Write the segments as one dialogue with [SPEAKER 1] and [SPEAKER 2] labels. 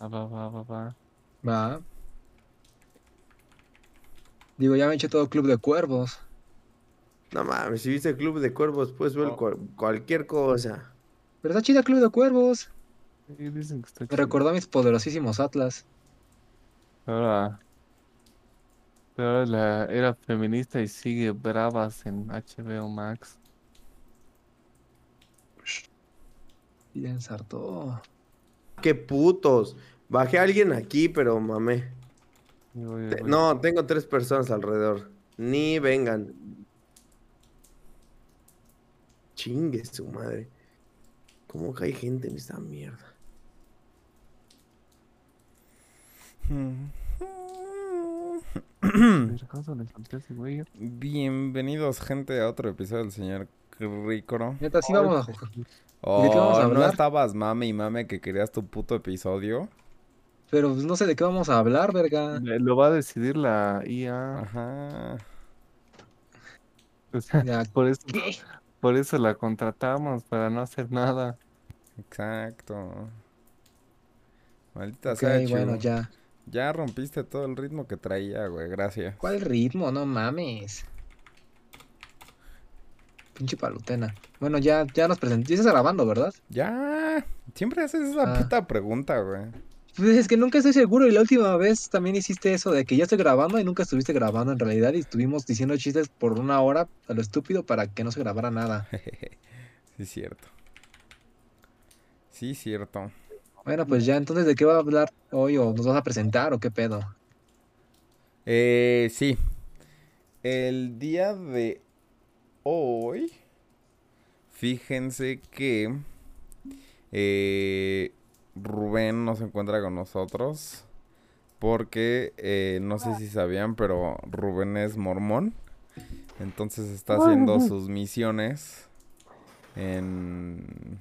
[SPEAKER 1] Ah, Va, va, va, va, va.
[SPEAKER 2] Va. Digo, ya me eché todo Club de Cuervos.
[SPEAKER 3] No mames, si viste Club de Cuervos, puedes ver
[SPEAKER 1] No.
[SPEAKER 3] cual- cualquier cosa.
[SPEAKER 2] Pero está chida Club de Cuervos.
[SPEAKER 1] Sí, dicen que está
[SPEAKER 2] Me
[SPEAKER 1] chido.
[SPEAKER 2] recordó a mis poderosísimos Atlas.
[SPEAKER 1] Ahora, pero ahora la era feminista y sigue bravas en HBO Max.
[SPEAKER 2] Y ya ensartó.
[SPEAKER 3] Qué putos. Bajé a alguien aquí, pero mamé.
[SPEAKER 1] Y voy-
[SPEAKER 3] Te-
[SPEAKER 1] voy-
[SPEAKER 3] No, tengo tres personas alrededor. Ni vengan. Chingue su madre. ¿Cómo que hay gente en esta mierda?
[SPEAKER 1] vergazo, le solté a ese güey.
[SPEAKER 4] Bienvenidos, gente, a otro episodio del señor Crícoro.
[SPEAKER 2] Neta, sí vamos a
[SPEAKER 1] pues.
[SPEAKER 2] jugar. ¿De qué vamos a
[SPEAKER 4] Oh, ¿no
[SPEAKER 2] hablar?
[SPEAKER 4] estabas mame y mame que querías tu puto episodio?
[SPEAKER 2] Pero pues, no sé de qué vamos a hablar, verga.
[SPEAKER 1] Le- Lo va a decidir la IA.
[SPEAKER 4] Ajá.
[SPEAKER 1] O sea,
[SPEAKER 2] Ya,
[SPEAKER 1] por eso, por eso la contratamos, para no hacer nada.
[SPEAKER 4] Exacto. Maldita
[SPEAKER 2] ok,
[SPEAKER 4] sea, Chu.
[SPEAKER 2] bueno, ya.
[SPEAKER 4] Ya rompiste todo el ritmo que traía, güey. Gracias.
[SPEAKER 2] ¿Cuál ritmo? No mames. Pinche palutena. Bueno, ya, ya nos presentamos. Ya estás grabando, ¿verdad?
[SPEAKER 4] Ya. Siempre haces esa
[SPEAKER 2] Ah.
[SPEAKER 4] puta pregunta, güey.
[SPEAKER 2] Pues es que nunca estoy seguro y la última vez también hiciste eso de que ya estoy grabando y nunca estuviste grabando en realidad y estuvimos diciendo chistes por una hora a lo estúpido para que no se grabara nada.
[SPEAKER 4] Sí, cierto. Sí, cierto.
[SPEAKER 2] Bueno, pues ya entonces de qué va a hablar hoy o nos vas a presentar o qué pedo.
[SPEAKER 4] Eh, sí. El día de hoy, fíjense que eh, Rubén no se encuentra con nosotros porque eh, no sé si sabían, pero Rubén es mormón. Entonces está haciendo sus misiones en...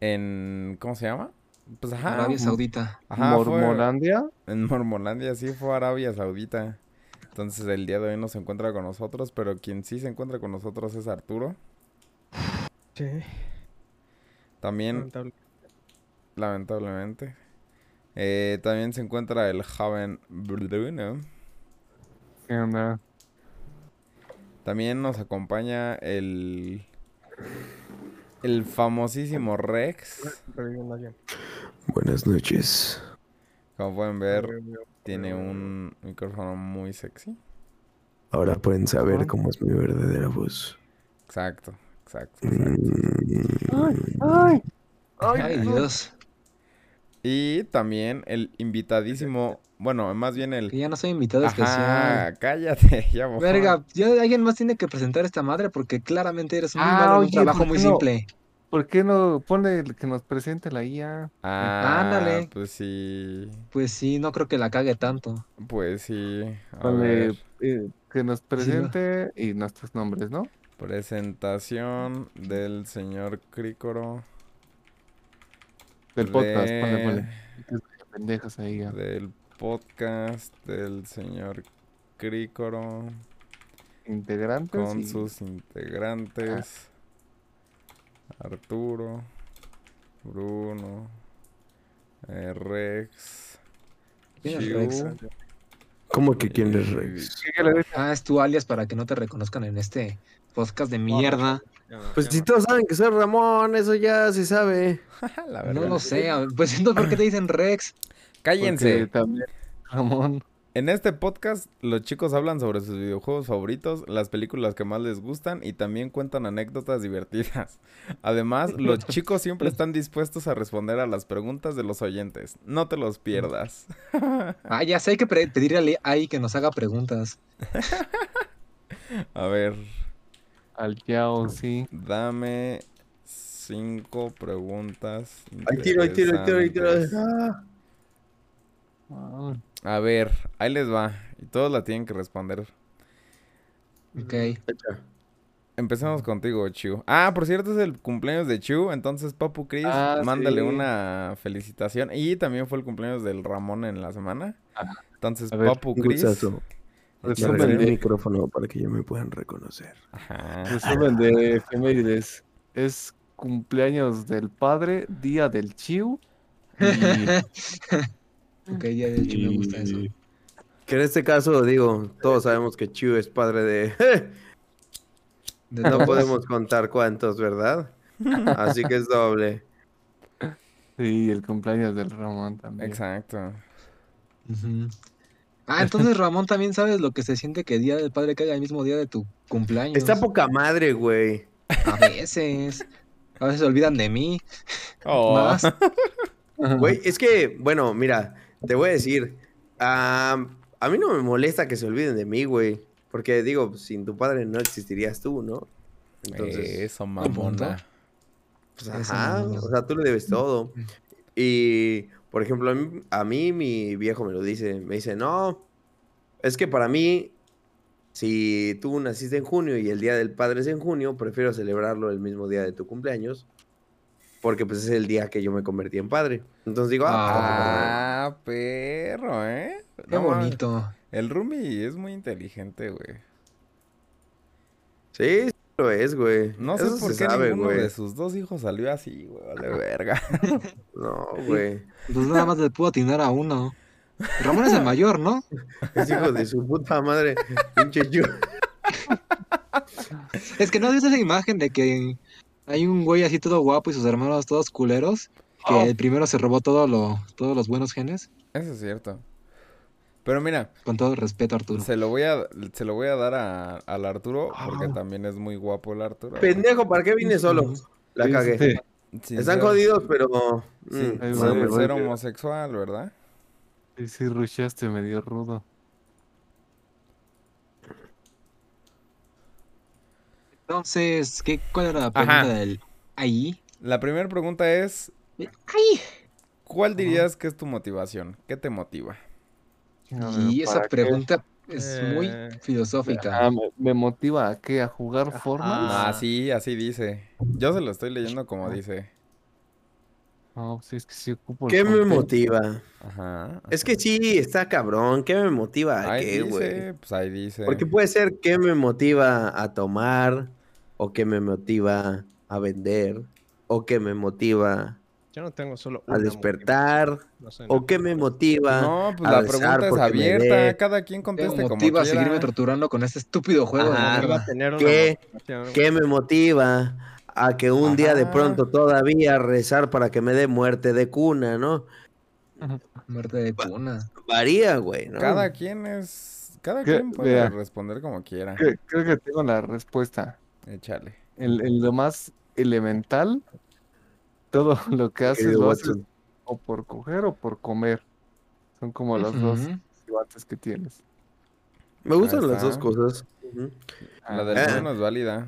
[SPEAKER 4] en ¿Cómo se llama? Pues
[SPEAKER 1] Ah,
[SPEAKER 4] ajá.
[SPEAKER 2] Arabia
[SPEAKER 4] m-
[SPEAKER 2] Saudita.
[SPEAKER 4] ajá, fue-
[SPEAKER 1] Mormonandia.
[SPEAKER 4] en Mormolandia sí fue Arabia Saudita. Entonces el día de hoy no se encuentra con nosotros, pero quien sí se encuentra con nosotros es Arturo.
[SPEAKER 5] Sí,
[SPEAKER 4] También,
[SPEAKER 5] lamentable.
[SPEAKER 4] lamentablemente. Eh, también se encuentra el joven Bruno.
[SPEAKER 1] ¿Qué onda?
[SPEAKER 4] También nos acompaña el... El famosísimo Rex.
[SPEAKER 5] Reviviendo avión.
[SPEAKER 3] Buenas noches.
[SPEAKER 4] Como pueden ver,
[SPEAKER 5] Reviviendo avión.
[SPEAKER 4] tiene un micrófono muy sexy.
[SPEAKER 3] Ahora pueden
[SPEAKER 1] Ajá.
[SPEAKER 3] saber cómo es mi verdadera voz.
[SPEAKER 4] Exacto, exacto. exacto.
[SPEAKER 3] Mm,
[SPEAKER 2] Ay, Dios.
[SPEAKER 4] Y también el invitadísimo... Bueno, más bien el
[SPEAKER 2] Que ya no soy invitado especial.
[SPEAKER 4] Ajá, cállate, ya mojón.
[SPEAKER 2] Verga, ya alguien más tiene que presentar esta madre porque claramente eres muy
[SPEAKER 1] Ah,
[SPEAKER 2] malo en un
[SPEAKER 1] oye,
[SPEAKER 2] trabajo
[SPEAKER 1] ¿por
[SPEAKER 2] muy
[SPEAKER 1] qué no?
[SPEAKER 2] simple.
[SPEAKER 1] ¿Por qué no pone el que nos presente la IA?
[SPEAKER 4] Ah,
[SPEAKER 2] Ándale.
[SPEAKER 4] Pues sí,
[SPEAKER 2] Pues sí, no creo que la cague tanto.
[SPEAKER 4] pues sí. A
[SPEAKER 1] Ponle,
[SPEAKER 4] ver,
[SPEAKER 1] eh, que nos presente y nuestros nombres, ¿no?
[SPEAKER 4] presentación del señor Crícoro.
[SPEAKER 1] Del podcast, ponle,
[SPEAKER 4] de-
[SPEAKER 1] ponle. Que pendejas ahí ya.
[SPEAKER 4] Del podcast del señor Crícoro
[SPEAKER 1] Integrantes.
[SPEAKER 4] con
[SPEAKER 1] y-
[SPEAKER 4] sus integrantes. Arturo, Bruno, eh, Rex.
[SPEAKER 2] ¿Quién es
[SPEAKER 4] Chiu,
[SPEAKER 2] Rex?
[SPEAKER 3] ¿Cómo que quién es
[SPEAKER 4] y-
[SPEAKER 3] Rex?
[SPEAKER 1] Sí, que le-
[SPEAKER 2] Ah, es tu alias para que no te reconozcan en este podcast de mierda.
[SPEAKER 3] Pues si todos saben que soy Ramón, eso ya se sabe.
[SPEAKER 4] La
[SPEAKER 2] No
[SPEAKER 4] verga.
[SPEAKER 2] lo sé, a ver, pues entonces ¿por qué te dicen Rex?
[SPEAKER 4] Cállense.
[SPEAKER 1] Porque también, Ramón.
[SPEAKER 4] En este podcast, los chicos hablan sobre sus videojuegos favoritos, las películas que más les gustan y también cuentan anécdotas divertidas. Además, los chicos siempre están dispuestos a responder a las preguntas de los oyentes. No te los pierdas.
[SPEAKER 2] Ah, ya sé, hay que pre- pedirle a AI que nos haga preguntas.
[SPEAKER 4] A ver,
[SPEAKER 1] Al Yao, sí.
[SPEAKER 4] dame cinco preguntas.
[SPEAKER 3] Ahí tiro, ahí tiro, ahí tiro, ahí tiro.
[SPEAKER 4] interesantes.
[SPEAKER 3] Ah,
[SPEAKER 1] Ah,
[SPEAKER 4] A ver, ahí les va. Y todos la tienen que responder.
[SPEAKER 2] Ok.
[SPEAKER 3] fecha.
[SPEAKER 4] Empezamos contigo, Chu. Ah, por cierto, es el cumpleaños de Chu. Entonces, Papu Cris,
[SPEAKER 1] Ah,
[SPEAKER 4] mándale
[SPEAKER 1] sí.
[SPEAKER 4] una felicitación. Y también fue el cumpleaños del Ramón en la semana.
[SPEAKER 1] Ajá.
[SPEAKER 4] Entonces,
[SPEAKER 1] A ver,
[SPEAKER 4] Papu
[SPEAKER 3] Un
[SPEAKER 4] Cris.
[SPEAKER 3] gustazo. Pues, Me
[SPEAKER 1] Resumen
[SPEAKER 3] regalé el
[SPEAKER 1] de,
[SPEAKER 3] micrófono para que ya me puedan reconocer.
[SPEAKER 4] Ajá.
[SPEAKER 1] resumen Pues, de efemérides. Es cumpleaños del padre, día del chiu, Y-
[SPEAKER 2] Ok, ya de hecho me gusta eso.
[SPEAKER 1] y-
[SPEAKER 3] Que en este caso, digo, todos sabemos que Chu es padre de...
[SPEAKER 2] De
[SPEAKER 3] no
[SPEAKER 2] todos.
[SPEAKER 3] podemos contar cuántos, ¿verdad? Así que es doble.
[SPEAKER 1] Sí, el cumpleaños del Ramón también.
[SPEAKER 4] Exacto.
[SPEAKER 2] Ujú. Ah, entonces Ramón también sabes lo que se siente que día del padre caiga el mismo día de tu cumpleaños.
[SPEAKER 3] Está poca madre, güey.
[SPEAKER 2] A veces. A veces se olvidan de mí.
[SPEAKER 4] Oh.
[SPEAKER 2] Más.
[SPEAKER 3] Güey, es que, bueno, mira, te voy a decir, am, a mí no me molesta que se olviden de mí, güey. Porque digo, sin tu padre no existirías tú, ¿no?
[SPEAKER 2] Eh,
[SPEAKER 3] Entonces,
[SPEAKER 4] Eso,
[SPEAKER 2] punto.
[SPEAKER 4] mamona.
[SPEAKER 3] pues,
[SPEAKER 2] eso
[SPEAKER 3] ajá,
[SPEAKER 2] no.
[SPEAKER 3] o sea, tú le debes todo. Y, por ejemplo, a mí, a mí mi viejo me lo dice, me dice, no, es que para mí, si tú naciste en junio y el Día del Padre es en junio, prefiero celebrarlo el mismo día de tu cumpleaños. Porque pues es el día que yo me convertí en padre. Entonces digo, ah, pues,
[SPEAKER 4] Ah, perro, ¿eh?
[SPEAKER 2] Qué
[SPEAKER 4] No mames.
[SPEAKER 2] bonito.
[SPEAKER 4] El Rumi es muy inteligente, güey.
[SPEAKER 3] Sí, sí lo es, güey.
[SPEAKER 4] No sé
[SPEAKER 3] Eso
[SPEAKER 4] por
[SPEAKER 3] se
[SPEAKER 4] qué
[SPEAKER 3] sabe,
[SPEAKER 4] ninguno
[SPEAKER 3] güey.
[SPEAKER 4] de sus dos hijos salió así, güey. Vale, verga.
[SPEAKER 3] No, güey.
[SPEAKER 2] Pues nada más le puedo atinar a uno. Ramón es el mayor, ¿no?
[SPEAKER 3] Es hijo de su puta madre. Pinche yo.
[SPEAKER 2] Es que no es esa imagen de que hay un güey así todo guapo y sus hermanos todos culeros. Que
[SPEAKER 1] Ah,
[SPEAKER 2] el primero se robó todo lo, todos los buenos genes.
[SPEAKER 4] Eso es cierto. Pero mira,
[SPEAKER 2] Con todo respeto, Arturo.
[SPEAKER 4] se lo voy a, se lo voy a dar a- al Arturo, porque
[SPEAKER 2] Ah.
[SPEAKER 4] también es muy guapo el Arturo.
[SPEAKER 3] Pendejo, ¿para qué vine solo? La
[SPEAKER 1] Sí,
[SPEAKER 3] cagué.
[SPEAKER 1] sí,
[SPEAKER 4] Sin
[SPEAKER 3] Están
[SPEAKER 4] ser-
[SPEAKER 3] jodidos, pero.
[SPEAKER 4] sin-
[SPEAKER 3] mm,
[SPEAKER 1] ahí
[SPEAKER 3] no
[SPEAKER 1] va.
[SPEAKER 3] me
[SPEAKER 4] sin
[SPEAKER 3] voy.
[SPEAKER 4] ser homosexual, ¿verdad?
[SPEAKER 1] Sí, sí, rusheaste medio rudo.
[SPEAKER 2] Entonces, ¿qué, ¿cuál era la pregunta
[SPEAKER 4] Ajá.
[SPEAKER 2] del ahí?
[SPEAKER 4] La primera pregunta es,
[SPEAKER 2] ¡Ay!
[SPEAKER 4] ¿cuál dirías que es tu motivación? ¿Qué te motiva?
[SPEAKER 2] Y esa pregunta es muy
[SPEAKER 4] Eh.
[SPEAKER 2] filosófica.
[SPEAKER 1] Ah, me, me motiva a qué? ¿A jugar Fortnite?
[SPEAKER 2] Ah.
[SPEAKER 4] Así, así dice. Yo se lo estoy leyendo como dice.
[SPEAKER 1] No, sí, es que sí ocupo el
[SPEAKER 3] ¿Qué me
[SPEAKER 1] contexto.
[SPEAKER 3] motiva?
[SPEAKER 4] Ajá.
[SPEAKER 3] Es que sí, está cabrón. ¿Qué me motiva? ¿A
[SPEAKER 4] Ahí
[SPEAKER 3] qué, güey?
[SPEAKER 4] dice, pues ahí dice.
[SPEAKER 3] Porque puede ser que me motiva a tomar, o que me motiva a vender, o que me motiva
[SPEAKER 5] Yo no tengo solo
[SPEAKER 3] a
[SPEAKER 5] una
[SPEAKER 3] despertar,
[SPEAKER 5] motivación, no soy
[SPEAKER 3] o que me motiva.
[SPEAKER 4] No, pues
[SPEAKER 3] a
[SPEAKER 4] la
[SPEAKER 3] besar
[SPEAKER 4] pregunta es
[SPEAKER 3] porque me
[SPEAKER 4] abierta,
[SPEAKER 3] dé.
[SPEAKER 4] cada quien
[SPEAKER 2] ¿Qué me
[SPEAKER 4] conteste como
[SPEAKER 2] motiva a seguirme
[SPEAKER 4] quiera.
[SPEAKER 2] torturando con este estúpido juego de
[SPEAKER 3] Ajá.
[SPEAKER 5] nada.
[SPEAKER 2] mierda?
[SPEAKER 5] Iba a tener una
[SPEAKER 3] ¿Qué?
[SPEAKER 5] motivación,
[SPEAKER 3] ¿Qué me motiva a que un día de
[SPEAKER 4] Ajá.
[SPEAKER 3] pronto todavía rezar para que me dé muerte de cuna, no?
[SPEAKER 2] Muerte de cuna.
[SPEAKER 3] Varía, güey, ¿no?
[SPEAKER 4] Cada quien es, cada
[SPEAKER 1] ¿Qué?
[SPEAKER 4] quien puede
[SPEAKER 1] Vea.
[SPEAKER 4] responder como quiera.
[SPEAKER 1] Creo, creo que tengo la respuesta.
[SPEAKER 4] Échale.
[SPEAKER 1] El, el- lo más elemental, todo lo que haces
[SPEAKER 3] querido
[SPEAKER 1] lo haces
[SPEAKER 3] Watson.
[SPEAKER 1] o por coger o por comer. Son como los dos
[SPEAKER 2] Ujú.
[SPEAKER 1] motivantes que tienes.
[SPEAKER 3] Me gustan
[SPEAKER 4] Ahí
[SPEAKER 3] las dos
[SPEAKER 4] está.
[SPEAKER 3] cosas. Ujú.
[SPEAKER 4] La del
[SPEAKER 3] Ah.
[SPEAKER 4] mono es válida.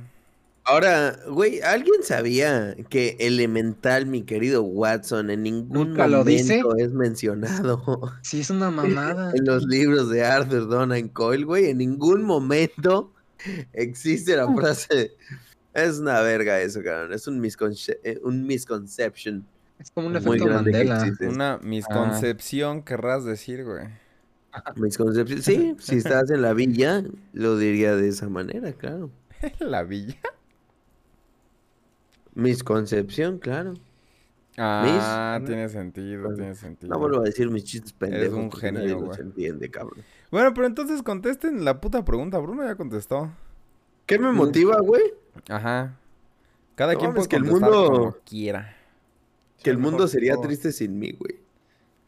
[SPEAKER 3] Ahora, güey, ¿alguien sabía que elemental, mi querido Watson, en ningún
[SPEAKER 2] ¿Nunca lo dice?
[SPEAKER 3] momento es mencionado
[SPEAKER 2] Sí, es una mamada.
[SPEAKER 3] en los libros de Arthur Donan Coyle, güey? En ningún momento existe la frase. Es una verga eso, cabrón. Es un, misconce- eh, un misconception
[SPEAKER 2] Es como un
[SPEAKER 3] muy
[SPEAKER 2] efecto
[SPEAKER 3] grande que
[SPEAKER 2] Mandela.
[SPEAKER 3] existe.
[SPEAKER 4] Una misconcepción
[SPEAKER 3] Ah.
[SPEAKER 4] querrás decir, güey.
[SPEAKER 3] Misconcepción. Sí, si estás en la villa, lo diría de esa manera, claro.
[SPEAKER 4] La villa.
[SPEAKER 3] Misconcepción, claro.
[SPEAKER 4] Ah,
[SPEAKER 3] Mis-
[SPEAKER 4] tiene sentido, tiene sentido.
[SPEAKER 3] No vuelvo a decir mis chistes pendejos.
[SPEAKER 4] un
[SPEAKER 3] porque nadie
[SPEAKER 4] genio,
[SPEAKER 3] los
[SPEAKER 4] güey.
[SPEAKER 3] entiende, cabrón.
[SPEAKER 4] Bueno, pero entonces contesten la puta pregunta. Bruno ya contestó.
[SPEAKER 3] ¿Qué me motiva, güey?
[SPEAKER 4] Ajá. Cada
[SPEAKER 3] No
[SPEAKER 4] quien puede
[SPEAKER 3] mames, que el
[SPEAKER 4] contestar
[SPEAKER 3] mundo-
[SPEAKER 4] como quiera.
[SPEAKER 3] Que el
[SPEAKER 5] mejor
[SPEAKER 3] mundo sería
[SPEAKER 5] todo.
[SPEAKER 3] triste sin mí, güey.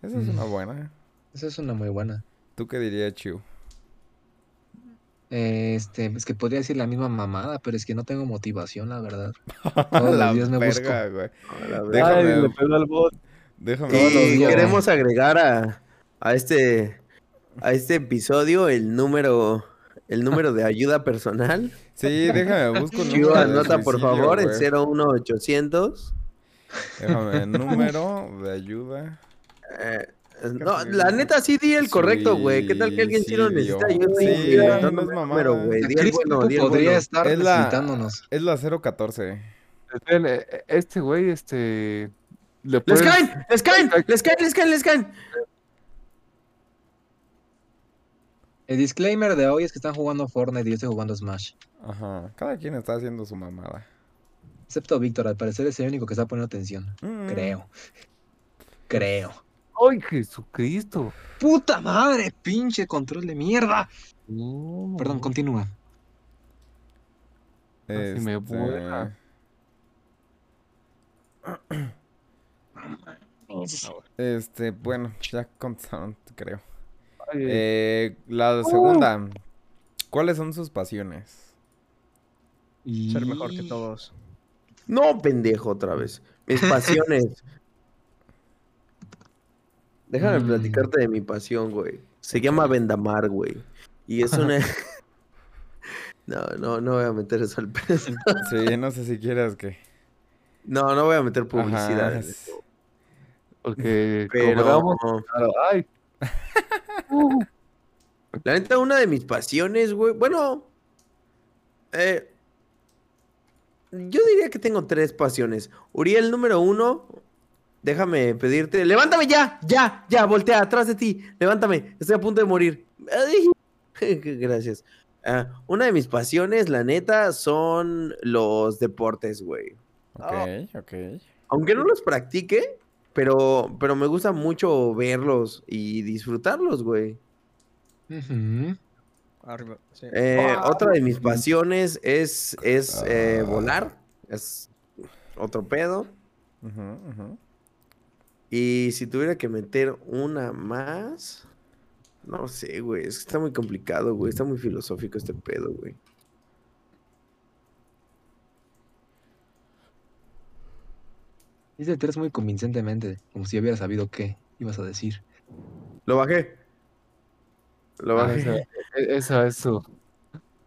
[SPEAKER 4] Esa es una
[SPEAKER 2] Mm.
[SPEAKER 4] buena.
[SPEAKER 2] Esa es una muy buena.
[SPEAKER 4] ¿Tú qué dirías, Chiu?
[SPEAKER 2] Eh, Este, es que podría decir la misma mamada, pero es que no tengo motivación, la verdad. Todos
[SPEAKER 4] la
[SPEAKER 2] los días me busco.
[SPEAKER 4] verga, güey.
[SPEAKER 3] A la
[SPEAKER 4] Deja-
[SPEAKER 3] verga.
[SPEAKER 4] Déjame-
[SPEAKER 1] Ay, le pegó al bot.
[SPEAKER 4] Déjame.
[SPEAKER 2] Todos los
[SPEAKER 3] Y
[SPEAKER 2] días.
[SPEAKER 3] queremos agregar a, a este a este episodio el número el número de ayuda personal.
[SPEAKER 4] Sí, déjame busco el
[SPEAKER 3] Chivo,
[SPEAKER 4] número de
[SPEAKER 3] anota por
[SPEAKER 4] suicidio,
[SPEAKER 3] favor el
[SPEAKER 4] güey.
[SPEAKER 3] 01800.
[SPEAKER 4] Déjame número de ayuda.
[SPEAKER 3] Eh, no,
[SPEAKER 5] me
[SPEAKER 3] la
[SPEAKER 5] digas.
[SPEAKER 3] neta sí di el correcto, güey. ¿Qué tal que alguien sí lo necesita? Yo
[SPEAKER 4] Sí,
[SPEAKER 3] sí,
[SPEAKER 4] no
[SPEAKER 3] no,
[SPEAKER 4] es mamada.
[SPEAKER 3] número, güey. Di el
[SPEAKER 2] Chris
[SPEAKER 3] bueno,
[SPEAKER 2] Papo
[SPEAKER 3] di el
[SPEAKER 2] podría
[SPEAKER 3] bueno.
[SPEAKER 2] estar
[SPEAKER 4] Es la-
[SPEAKER 2] necesitándonos.
[SPEAKER 4] Es la 014.
[SPEAKER 1] Esperen, eh, eh, Este güey, este. Le
[SPEAKER 3] ¡Les
[SPEAKER 1] puedes-
[SPEAKER 3] caen! ¡Les caen! ¡Les caen! ¡Les caen! ¡Les caen!
[SPEAKER 2] El disclaimer de hoy es que están jugando Fortnite y yo estoy jugando Smash.
[SPEAKER 4] Ajá. Cada quien está haciendo su mamada.
[SPEAKER 5] Mm.
[SPEAKER 2] Excepto Víctor, al parecer es el único que está poniendo atención.
[SPEAKER 4] Mm.
[SPEAKER 2] Creo. creo.
[SPEAKER 1] ¡Ay, Jesucristo!
[SPEAKER 2] ¡Puta madre! ¡Pinche control de mierda!
[SPEAKER 1] No.
[SPEAKER 2] Perdón, continúa.
[SPEAKER 1] Así me
[SPEAKER 4] Este,
[SPEAKER 1] vuela.
[SPEAKER 4] Este, bueno, ya contaron, creo.
[SPEAKER 1] Ay,
[SPEAKER 4] Eh,
[SPEAKER 3] Uh.
[SPEAKER 4] la segunda. ¿Cuáles son sus pasiones?
[SPEAKER 5] Ser mejor que
[SPEAKER 2] Y-
[SPEAKER 5] todos.
[SPEAKER 3] No, pendejo, otra vez. Mis pasiones. Déjame
[SPEAKER 2] Mm.
[SPEAKER 3] platicarte de mi pasión, güey. Se llama Vendamar, güey. Y es una. No, no, no voy a meter eso al pedo.
[SPEAKER 4] Sí, no sé si quieras que.
[SPEAKER 3] No, no voy a meter
[SPEAKER 4] Ajá,
[SPEAKER 3] publicidad.
[SPEAKER 4] s-
[SPEAKER 1] Porque
[SPEAKER 3] Pero.
[SPEAKER 1] cobramos caro. ¡Ay! Uh,
[SPEAKER 3] La neta, una de mis pasiones, güey. Bueno. eh, yo diría que tengo tres pasiones. Uriel, número uno. Déjame pedirte. ¡Levántame ya! ¡Ya! ¡Ya! Voltea atrás de ti. Levántame. Estoy a punto de morir. Ay, Gracias. Ah, una de mis pasiones, la neta, son los deportes, güey.
[SPEAKER 4] Ok, ok.
[SPEAKER 3] Aunque no los practique, pero, pero me gusta mucho verlos y disfrutarlos, güey.
[SPEAKER 2] Ujú.
[SPEAKER 5] Arriba. Sí.
[SPEAKER 3] Eh, otra de mis pasiones es, es eh, volar. Es otro pedo.
[SPEAKER 4] Ujú,
[SPEAKER 3] Uh,
[SPEAKER 4] ujú.
[SPEAKER 3] Y si tuviera que meter una más. No sé, güey. Es que está muy complicado, güey. Está muy filosófico este pedo, güey.
[SPEAKER 2] Dice tres muy convincentemente, como si hubiera sabido qué ibas a decir.
[SPEAKER 3] Lo bajé. Lo
[SPEAKER 1] ah,
[SPEAKER 3] bajé.
[SPEAKER 1] esa, e- esa es su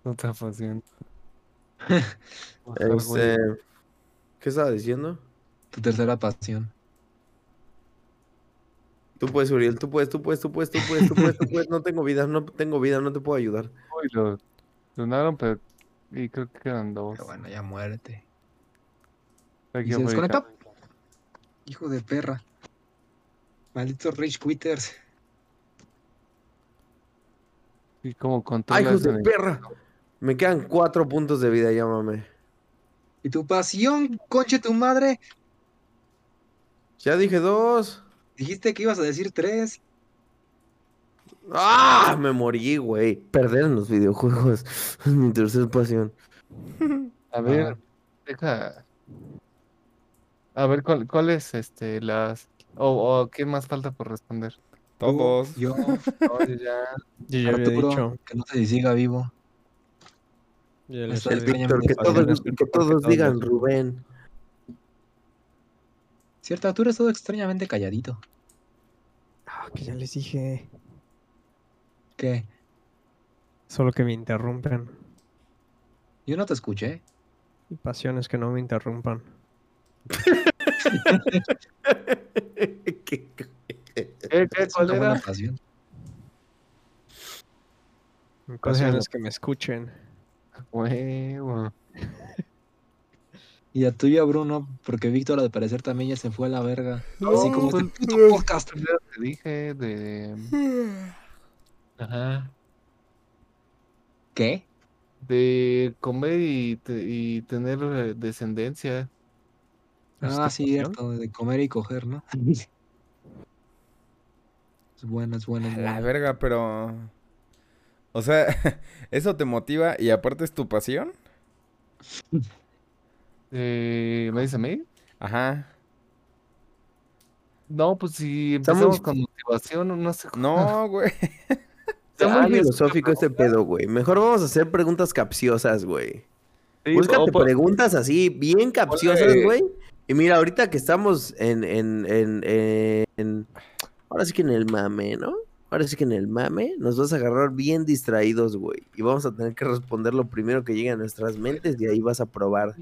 [SPEAKER 1] otra pasión. Bajar, ah, güey.
[SPEAKER 3] Este, ¿Qué estaba diciendo?
[SPEAKER 2] Tu tercera pasión.
[SPEAKER 3] Tú puedes, Uriel. Tú puedes, tú puedes, tú puedes, tú puedes, tú puedes, tú puedes. No tengo vida, no tengo vida, no te puedo ayudar.
[SPEAKER 1] Uy, lo donaron, pero. Y creo que quedan dos.
[SPEAKER 2] Pero bueno, ya muérete.
[SPEAKER 1] Hay
[SPEAKER 2] Y
[SPEAKER 1] que
[SPEAKER 2] se desconecta.
[SPEAKER 1] ubicar.
[SPEAKER 2] Hijo de perra. Malditos rich quitters.
[SPEAKER 1] Y como controla
[SPEAKER 3] ¡Ay, hijos
[SPEAKER 1] eso
[SPEAKER 3] de perra! Me quedan cuatro puntos de vida, llámame.
[SPEAKER 2] Y tu pasión, conche tu madre.
[SPEAKER 3] Ya dije dos.
[SPEAKER 2] Dijiste que ibas a decir tres.
[SPEAKER 3] ¡Ah! Me morí, güey. Perder en los videojuegos es mi tercera pasión.
[SPEAKER 1] A ver, deja. A ver, ¿cuál, cuál es este, las. O o qué más falta por responder?
[SPEAKER 2] Tú,
[SPEAKER 4] Todos.
[SPEAKER 2] Yo,
[SPEAKER 1] No, yo ya.
[SPEAKER 5] Yo ya había
[SPEAKER 2] Arturo,
[SPEAKER 5] dicho.
[SPEAKER 2] que no sé si siga vivo.
[SPEAKER 5] ya les
[SPEAKER 2] Hasta
[SPEAKER 3] El
[SPEAKER 5] había
[SPEAKER 2] el
[SPEAKER 5] dicho.
[SPEAKER 3] Víctor, que todos,
[SPEAKER 5] Pasiones,
[SPEAKER 3] que
[SPEAKER 5] porque
[SPEAKER 3] todos
[SPEAKER 5] todos
[SPEAKER 3] digan
[SPEAKER 5] los-
[SPEAKER 3] Rubén.
[SPEAKER 2] Cierto, Arturo ha estado extrañamente calladito.
[SPEAKER 5] Ah, que ya les dije.
[SPEAKER 2] ¿Qué?
[SPEAKER 5] Solo que me interrumpen.
[SPEAKER 2] Yo no te escuché.
[SPEAKER 5] Y pasiones que no me interrumpan.
[SPEAKER 3] Qué-
[SPEAKER 1] ¿Qué, qué,
[SPEAKER 2] Es
[SPEAKER 1] cuál
[SPEAKER 2] una buena
[SPEAKER 1] era?
[SPEAKER 2] pasión.
[SPEAKER 5] Mi pasión
[SPEAKER 1] Pasiones.
[SPEAKER 5] es que me escuchen.
[SPEAKER 1] Huevo.
[SPEAKER 2] Y a tuya, Bruno, porque Víctor al parecer también ya se fue a la verga. Así como
[SPEAKER 1] fue-
[SPEAKER 2] este puto podcast.
[SPEAKER 1] Primero te dije de. Ajá.
[SPEAKER 2] ¿Qué?
[SPEAKER 1] De comer y, te- y tener eh, descendencia.
[SPEAKER 5] ¿Es tu
[SPEAKER 2] Ah,
[SPEAKER 5] pasión?
[SPEAKER 2] cierto, de comer y coger, ¿no? Es bueno, es bueno, es
[SPEAKER 4] La
[SPEAKER 2] bueno.
[SPEAKER 4] verga, pero. O sea, eso te motiva y aparte es tu pasión.
[SPEAKER 1] Eh, ¿Me dice a mí?
[SPEAKER 4] Ajá.
[SPEAKER 1] No, pues si
[SPEAKER 3] Está muy-
[SPEAKER 1] empezamos con motivación, no sé.
[SPEAKER 4] No, güey.
[SPEAKER 3] Está muy
[SPEAKER 1] Dale,
[SPEAKER 3] filosófico este pedo, güey. Mejor vamos a hacer preguntas capciosas, güey.
[SPEAKER 1] sí,
[SPEAKER 3] Búscate
[SPEAKER 1] o por-
[SPEAKER 3] preguntas así, bien capciosas,
[SPEAKER 1] Ponle-
[SPEAKER 3] güey. Y mira, ahorita que estamos en, en, en, en- en- Ahora sí que en el mame, ¿no? Ahora sí que en el mame nos vas a agarrar bien distraídos, güey. Y vamos a tener que responder lo primero que llegue a nuestras mentes y ahí vas a probar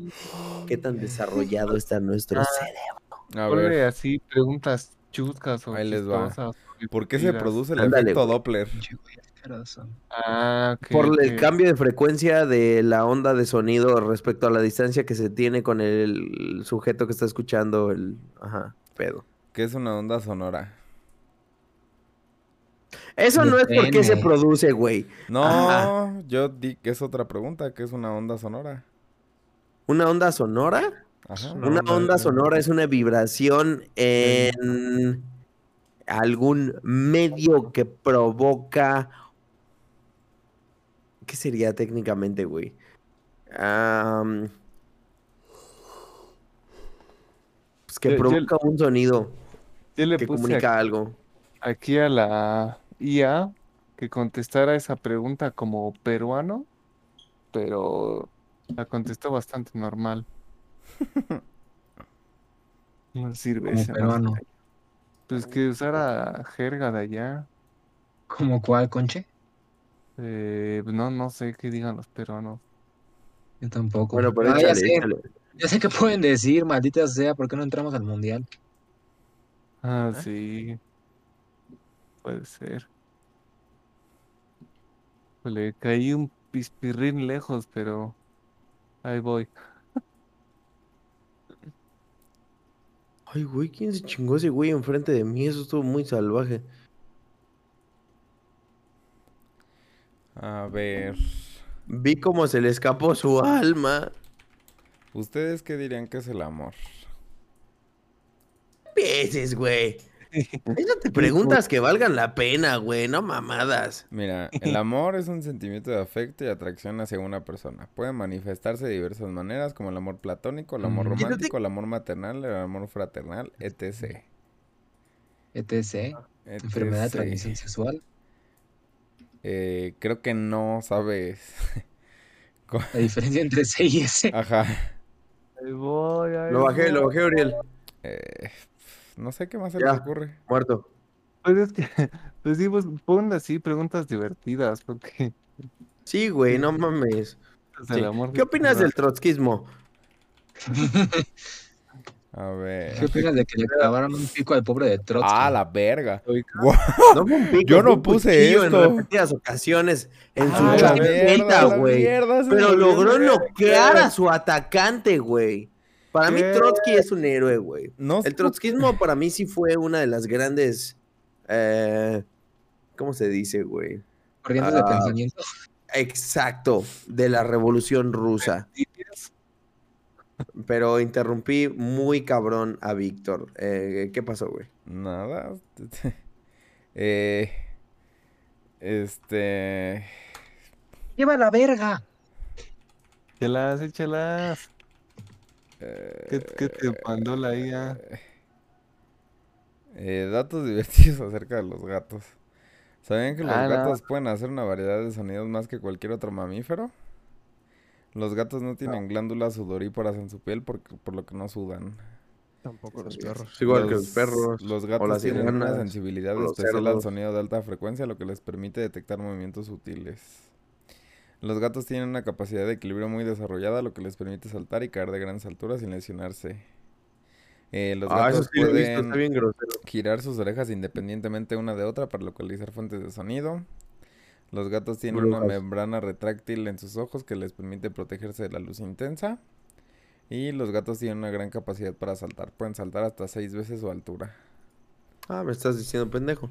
[SPEAKER 3] qué tan desarrollado está nuestro
[SPEAKER 1] Ah.
[SPEAKER 3] cerebro.
[SPEAKER 4] A
[SPEAKER 1] Ponle
[SPEAKER 4] ver,
[SPEAKER 1] así preguntas chuscas o
[SPEAKER 4] Ahí les va.
[SPEAKER 1] chistosas o
[SPEAKER 4] ¿por qué se
[SPEAKER 1] divertidas.
[SPEAKER 4] produce el
[SPEAKER 3] Ándale,
[SPEAKER 4] efecto
[SPEAKER 3] güey.
[SPEAKER 4] Doppler?
[SPEAKER 2] Pinche güey asqueroso.
[SPEAKER 1] Ah, ok,
[SPEAKER 3] Por el
[SPEAKER 1] ok.
[SPEAKER 3] cambio de frecuencia de la onda de sonido respecto a la distancia que se tiene con el sujeto que está escuchando el... Ajá, pedo.
[SPEAKER 4] Que es una onda sonora.
[SPEAKER 3] Eso no es porque se
[SPEAKER 2] Depende.
[SPEAKER 3] produce, güey.
[SPEAKER 4] No,
[SPEAKER 3] Ajá.
[SPEAKER 4] yo di que es otra pregunta, que es una onda sonora.
[SPEAKER 3] ¿Una onda sonora?
[SPEAKER 4] Ajá.
[SPEAKER 5] Una
[SPEAKER 3] Una
[SPEAKER 5] onda
[SPEAKER 3] onda
[SPEAKER 5] sonora.
[SPEAKER 3] sonora es una vibración en algún medio que provoca. ¿Qué sería técnicamente, güey? Am, pues que
[SPEAKER 1] Yo- yo-
[SPEAKER 3] provoca un sonido
[SPEAKER 1] Yo le
[SPEAKER 3] que
[SPEAKER 1] puse
[SPEAKER 3] comunica algo.
[SPEAKER 1] aquí a la IA que contestara esa pregunta como peruano, pero la contestó bastante normal. No sirve
[SPEAKER 2] Como
[SPEAKER 1] esa
[SPEAKER 2] peruano.
[SPEAKER 1] madre. Pues que usara jerga de allá.
[SPEAKER 2] ¿Como cuál, conche?
[SPEAKER 1] eh, no, no sé qué digan los peruanos.
[SPEAKER 2] Yo tampoco.
[SPEAKER 3] Bueno, pero
[SPEAKER 2] Ah, ya
[SPEAKER 3] échale,
[SPEAKER 2] sé,
[SPEAKER 3] échale.
[SPEAKER 2] ya sé qué pueden decir, maldita sea, ¿por qué no entramos al mundial?
[SPEAKER 1] Ah,
[SPEAKER 3] ¿Eh?
[SPEAKER 1] sí. Puede ser. Le caí un pispirrín lejos, pero ahí voy.
[SPEAKER 3] Ay, güey, ¿quién se chingó ese güey enfrente de mí? Eso estuvo muy salvaje.
[SPEAKER 4] A ver.
[SPEAKER 3] Vi cómo se le escapó su alma.
[SPEAKER 4] ¿Ustedes qué dirían que es el amor?
[SPEAKER 3] Peces, güey. Te preguntas que valgan la pena, güey, no mamadas.
[SPEAKER 4] Mira, el amor es un sentimiento de afecto y atracción hacia una persona. Puede manifestarse de diversas maneras, como el amor platónico, el amor
[SPEAKER 2] Mm.
[SPEAKER 3] Fíjate-
[SPEAKER 4] romántico, el amor maternal, el amor fraternal, etc.
[SPEAKER 2] ETC, E enfermedad de
[SPEAKER 4] etc..
[SPEAKER 2] transmisión sexual.
[SPEAKER 4] Eh, creo que no sabes. cuál-
[SPEAKER 2] La diferencia entre C y S.
[SPEAKER 4] Ajá.
[SPEAKER 1] Ahí voy, ahí
[SPEAKER 3] Lo bajé,
[SPEAKER 1] voy.
[SPEAKER 3] lo bajé, Uriel.
[SPEAKER 4] Eh, no sé qué más se
[SPEAKER 3] Ya.
[SPEAKER 4] les ocurre.
[SPEAKER 3] Muerto.
[SPEAKER 1] Pues es que, pues sí, pues pon así preguntas divertidas, porque
[SPEAKER 3] Sí, güey, no mames.
[SPEAKER 1] pues,
[SPEAKER 3] Sí.
[SPEAKER 1] el amor
[SPEAKER 3] ¿Qué opinas del trotskismo?
[SPEAKER 4] A
[SPEAKER 2] ¿Qué
[SPEAKER 4] ver.
[SPEAKER 2] opinas de que le clavaron un pico al pobre de Trotsky?
[SPEAKER 4] Ah, la verga.
[SPEAKER 3] No fue un pico,
[SPEAKER 4] ¡Oh! Yo
[SPEAKER 3] fue
[SPEAKER 4] no
[SPEAKER 3] un
[SPEAKER 4] puse
[SPEAKER 3] cuchillo
[SPEAKER 4] esto.
[SPEAKER 3] En repetidas ocasiones en su
[SPEAKER 4] Ah, la mierda,
[SPEAKER 3] chaqueta,
[SPEAKER 4] la
[SPEAKER 3] güey.
[SPEAKER 4] mierda, se me
[SPEAKER 3] Pero
[SPEAKER 4] olvidó
[SPEAKER 3] logró
[SPEAKER 4] ver.
[SPEAKER 3] noquear a su atacante, güey. Para mí
[SPEAKER 1] ¿Qué?
[SPEAKER 3] Trotsky es un héroe, güey.
[SPEAKER 4] No sé
[SPEAKER 3] El trotskismo para mí sí fue una de las grandes... eh, ¿Cómo se dice, güey?
[SPEAKER 2] Corrientes de
[SPEAKER 3] Ah.
[SPEAKER 2] pensamiento.
[SPEAKER 3] Exacto, de la Revolución Rusa. Pero interrumpí muy cabrón a Víctor. Eh, ¿Qué pasó, güey?
[SPEAKER 4] Nada. Eh, este.
[SPEAKER 2] ¡Lleva la verga!
[SPEAKER 1] Échalas, échalas. ¿Qué,
[SPEAKER 4] eh,
[SPEAKER 1] qué te mandó la IA?
[SPEAKER 4] eh, datos divertidos acerca de los gatos. ¿Sabían que los
[SPEAKER 1] Ah, no.
[SPEAKER 4] gatos pueden hacer una variedad de sonidos más que cualquier otro mamífero? Los gatos no
[SPEAKER 1] Ah.
[SPEAKER 4] tienen glándulas sudoríparas en su piel por, por lo que no sudan.
[SPEAKER 5] Tampoco los
[SPEAKER 3] Sabía.
[SPEAKER 5] perros.
[SPEAKER 3] Sí, igual que los perros,
[SPEAKER 4] Los
[SPEAKER 3] o
[SPEAKER 4] gatos
[SPEAKER 3] las
[SPEAKER 4] tienen una
[SPEAKER 3] iguanas,
[SPEAKER 4] sensibilidad
[SPEAKER 3] o los
[SPEAKER 4] especial al
[SPEAKER 3] cerdos.
[SPEAKER 4] sonido de alta frecuencia, lo que les permite detectar movimientos sutiles. Los gatos tienen una capacidad de equilibrio muy desarrollada, lo que les permite saltar y caer de grandes alturas sin lesionarse. Eh, los
[SPEAKER 3] Ah, eso
[SPEAKER 4] gatos
[SPEAKER 3] sí lo he visto,
[SPEAKER 4] pueden
[SPEAKER 3] está bien grosero.
[SPEAKER 4] girar sus orejas independientemente una de otra para localizar fuentes de sonido. Los gatos tienen una
[SPEAKER 3] Brujas.
[SPEAKER 4] membrana retráctil en sus ojos que les permite protegerse de la luz intensa. Y los gatos tienen una gran capacidad para saltar. Pueden saltar hasta seis veces su altura.
[SPEAKER 3] Ah, me estás diciendo pendejo.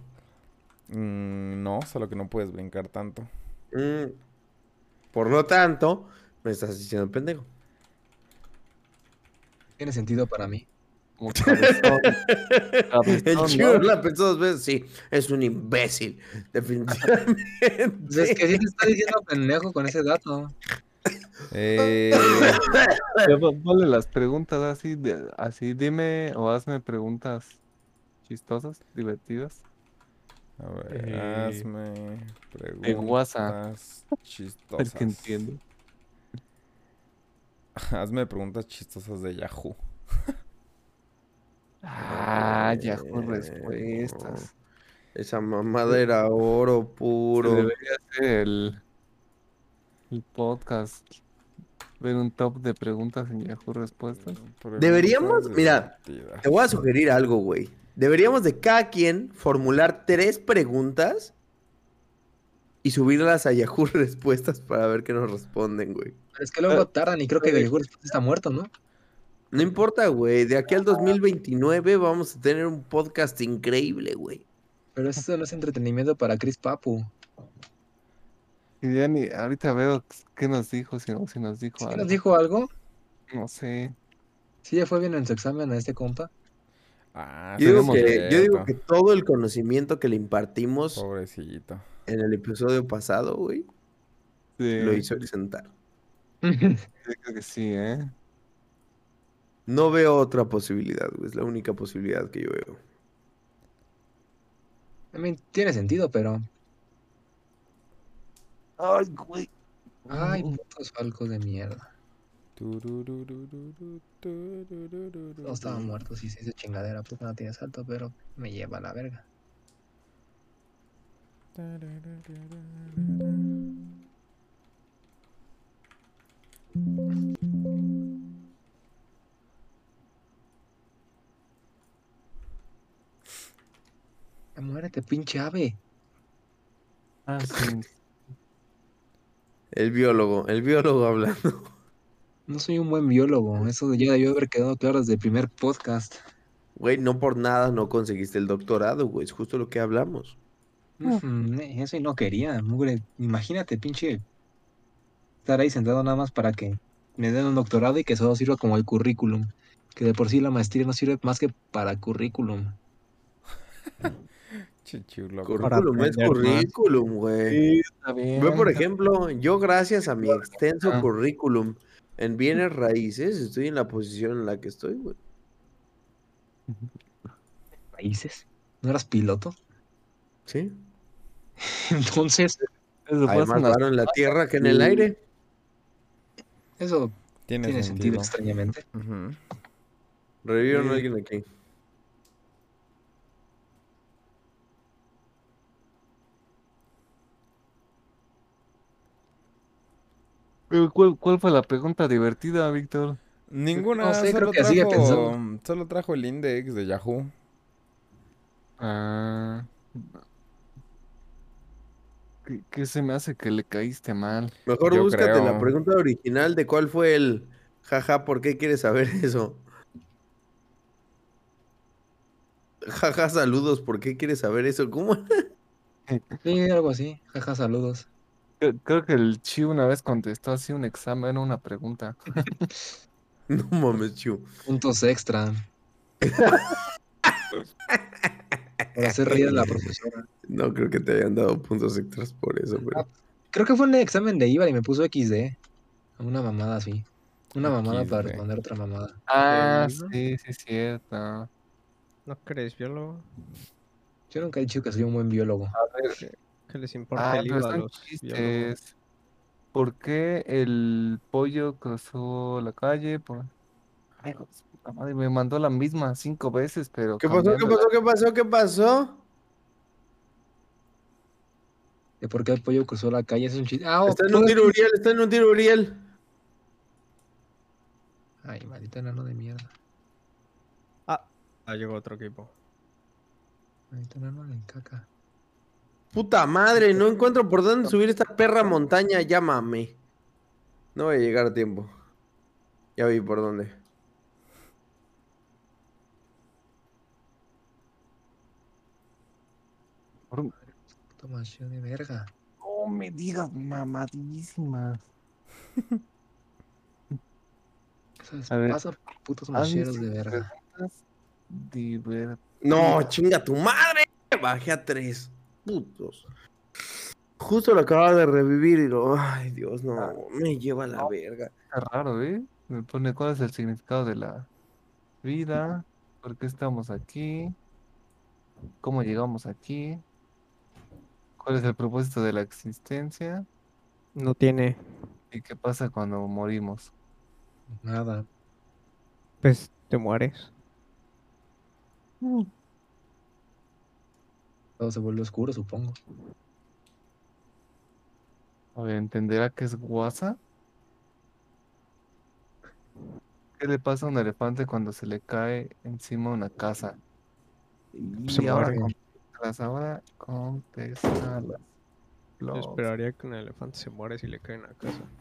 [SPEAKER 4] Mm, no, solo que no puedes brincar tanto.
[SPEAKER 3] Mm, Por lo tanto, me estás diciendo pendejo.
[SPEAKER 2] Tiene sentido para mí.
[SPEAKER 1] Como cabezón.
[SPEAKER 3] El
[SPEAKER 1] Cabezón,
[SPEAKER 3] chivo
[SPEAKER 1] ¿no?
[SPEAKER 3] la pensó dos veces. Sí, es un imbécil. Definitivamente.
[SPEAKER 2] Pues Es que sí te está diciendo pendejo con ese dato.
[SPEAKER 4] Eh,
[SPEAKER 1] Ya pon- Ponle las preguntas así, de- así dime o hazme preguntas chistosas, divertidas.
[SPEAKER 4] a ver,
[SPEAKER 5] Eh,
[SPEAKER 4] hazme
[SPEAKER 1] de WhatsApp.
[SPEAKER 4] preguntas
[SPEAKER 1] El
[SPEAKER 4] chistosas.
[SPEAKER 1] que entiende.
[SPEAKER 4] Hazme preguntas chistosas de Yahoo.
[SPEAKER 1] Ah, Yahoo
[SPEAKER 3] Eh,
[SPEAKER 1] Respuestas.
[SPEAKER 3] Esa mamada era oro
[SPEAKER 1] Se
[SPEAKER 3] puro.
[SPEAKER 1] debería hacer el, el podcast. Ver un top de preguntas en Yahoo Respuestas.
[SPEAKER 3] Deberíamos-
[SPEAKER 4] Preguntas
[SPEAKER 3] mira,
[SPEAKER 4] divertidas.
[SPEAKER 3] Te voy a sugerir algo, güey. Deberíamos de cada quien formular tres preguntas y subirlas a Yahoo Respuestas para ver qué nos responden, güey.
[SPEAKER 2] Pero es que luego tardan y creo que Gregor está muerto, ¿no?
[SPEAKER 3] No importa, güey. De aquí al 2029 vamos a tener un podcast increíble, güey.
[SPEAKER 2] Pero eso no es entretenimiento para Chris Papu.
[SPEAKER 1] Y ya ni ahorita veo qué nos dijo, si, no- si nos dijo
[SPEAKER 2] ¿Sí
[SPEAKER 1] algo.
[SPEAKER 2] nos dijo algo?
[SPEAKER 1] No sé.
[SPEAKER 2] ¿Sí ya fue bien en su examen a este compa?
[SPEAKER 4] Ah,
[SPEAKER 3] Yo digo,
[SPEAKER 4] sí,
[SPEAKER 1] tenemos
[SPEAKER 3] que, yo digo
[SPEAKER 4] cierto.
[SPEAKER 3] que todo el conocimiento que le impartimos
[SPEAKER 4] Pobrecito.
[SPEAKER 3] en el episodio pasado, güey,
[SPEAKER 1] Sí,
[SPEAKER 3] lo hizo exentar.
[SPEAKER 1] yo creo que sí, ¿eh?
[SPEAKER 3] No veo otra posibilidad, güey. Es la única posibilidad que yo veo.
[SPEAKER 2] I mean, tiene sentido, pero.
[SPEAKER 1] Ay, güey. Ah,
[SPEAKER 2] Ay,
[SPEAKER 1] pues,
[SPEAKER 2] putos falcos de mierda. No estaban muertos y se hizo chingadera, pues no tiene salto, pero me lleva a la verga. Ya Muérete, pinche ave.
[SPEAKER 1] Ah, sí.
[SPEAKER 3] El biólogo, el biólogo hablando.
[SPEAKER 2] No soy un buen biólogo, eso ya debió haber quedado claro desde el primer podcast.
[SPEAKER 3] Güey, no por nada no conseguiste el doctorado, güey. Es justo lo que hablamos.
[SPEAKER 2] Mm, Eso y no quería, mugre. Imagínate, pinche. Estar ahí sentado nada más para que me den un doctorado y que solo sirva como el currículum. Que de por sí la maestría no sirve más que para currículum.
[SPEAKER 4] Chichulo.
[SPEAKER 3] Currículum es
[SPEAKER 5] aprender más.
[SPEAKER 3] currículum, güey.
[SPEAKER 1] Sí, está bien.
[SPEAKER 3] Yo, por ejemplo, yo gracias a mi extenso
[SPEAKER 1] Ah.
[SPEAKER 3] currículum en bienes raíces estoy en la posición en la que estoy, güey.
[SPEAKER 2] Países. ¿No eras piloto?
[SPEAKER 3] Sí.
[SPEAKER 2] Entonces,
[SPEAKER 1] Eso
[SPEAKER 3] Hay
[SPEAKER 1] pasa
[SPEAKER 3] más
[SPEAKER 1] Pues en las-
[SPEAKER 3] varo en la tierra que en el aire.
[SPEAKER 2] eso
[SPEAKER 4] Tiene,
[SPEAKER 2] tiene sentido,
[SPEAKER 4] sentido.
[SPEAKER 2] extrañamente.
[SPEAKER 4] Ujú.
[SPEAKER 3] Revivieron a
[SPEAKER 1] Sí.
[SPEAKER 3] alguien aquí.
[SPEAKER 1] Pero, ¿Cuál, cuál fue la pregunta divertida, Víctor?
[SPEAKER 4] Ninguna,
[SPEAKER 2] No sé, creo
[SPEAKER 4] solo,
[SPEAKER 2] que sigue
[SPEAKER 4] trajo,
[SPEAKER 2] pensando.
[SPEAKER 4] solo trajo el index de Yahoo.
[SPEAKER 1] Ah, ¿qué, qué se me hace que le caíste mal?
[SPEAKER 3] Mejor
[SPEAKER 4] Yo
[SPEAKER 3] búscate la
[SPEAKER 4] creo.
[SPEAKER 3] pregunta original de cuál fue el jaja, ¿por qué quieres saber eso? Jaja, saludos, ¿por qué quieres saber eso? ¿Cómo?
[SPEAKER 2] Sí, algo así. Jaja, saludos.
[SPEAKER 1] Cre- Creo que el Chi una vez contestó así un examen, una pregunta.
[SPEAKER 3] No mames, Chu.
[SPEAKER 2] Puntos extra. Para hacer reír a la profesora.
[SPEAKER 3] No creo que te hayan dado puntos extras por eso, güey.
[SPEAKER 2] Creo que fue un examen de IVA y me puso XD. Una mamada así. Una mamada para
[SPEAKER 4] XD.
[SPEAKER 2] responder otra mamada.
[SPEAKER 1] Ah,
[SPEAKER 5] ¿no?
[SPEAKER 1] sí, sí, es cierto. A
[SPEAKER 5] ¿No crees, biólogo?
[SPEAKER 2] Yo nunca he dicho que soy un buen biólogo.
[SPEAKER 1] ver,
[SPEAKER 5] ¿Qué les importa
[SPEAKER 1] ah,
[SPEAKER 5] el
[SPEAKER 1] pero
[SPEAKER 5] IVA a
[SPEAKER 1] están
[SPEAKER 5] los biólogos?
[SPEAKER 1] chistes. ¿Por qué el pollo cruzó la calle? Por... Ay, hijo de su puta madre, me mandó la misma cinco veces, pero
[SPEAKER 3] ¿Qué pasó? ¿Qué
[SPEAKER 1] cambiándola.
[SPEAKER 3] pasó? ¿Qué pasó? ¿Qué pasó?
[SPEAKER 2] ¿De por qué el pollo cruzó la calle? Es un chiste. Ah,
[SPEAKER 1] Este
[SPEAKER 3] Está en
[SPEAKER 2] todo
[SPEAKER 3] un
[SPEAKER 2] es-
[SPEAKER 3] tiro Uriel, está en un tiro Uriel.
[SPEAKER 2] Ay, maldita enano de mierda.
[SPEAKER 5] Ah, ah, llegó otro equipo.
[SPEAKER 2] Maldita enano de caca.
[SPEAKER 3] Puta madre, no encuentro por dónde subir esta perra montaña, llámame. No voy a llegar a tiempo. Ya vi por dónde.
[SPEAKER 1] Por-
[SPEAKER 2] Toma, yo de verga.
[SPEAKER 1] No me digas mamadísimas.
[SPEAKER 2] Esas-
[SPEAKER 1] A ver. Ah,
[SPEAKER 2] Pasa por putos
[SPEAKER 1] Hazme
[SPEAKER 2] macheros de
[SPEAKER 1] cinco
[SPEAKER 2] verga.
[SPEAKER 1] preguntas divertidas.
[SPEAKER 3] No, chinga tu madre. Bajé a tres. Putos. Justo lo acababa de revivir y lo. Ay, Dios, Ah. no. Me lleva a la verga.
[SPEAKER 1] Está raro, ¿eh? Me pone cuál es el significado de la vida, por qué estamos aquí, cómo llegamos aquí, cuál es el propósito de la existencia
[SPEAKER 5] No tiene.
[SPEAKER 1] y qué pasa cuando morimos.
[SPEAKER 2] Nada.
[SPEAKER 5] Pues te mueres.
[SPEAKER 2] Todo se vuelve oscuro, supongo.
[SPEAKER 1] A ver, ¿entenderá qué es guasa? ¿Qué le pasa a un elefante cuando se le cae encima una casa?
[SPEAKER 5] Pues Se
[SPEAKER 1] y ahora
[SPEAKER 5] muere.
[SPEAKER 1] contéstalas, ahora contéstalas.
[SPEAKER 5] Yo
[SPEAKER 1] Los-
[SPEAKER 5] esperaría que un elefante se muere si le cae en la casa.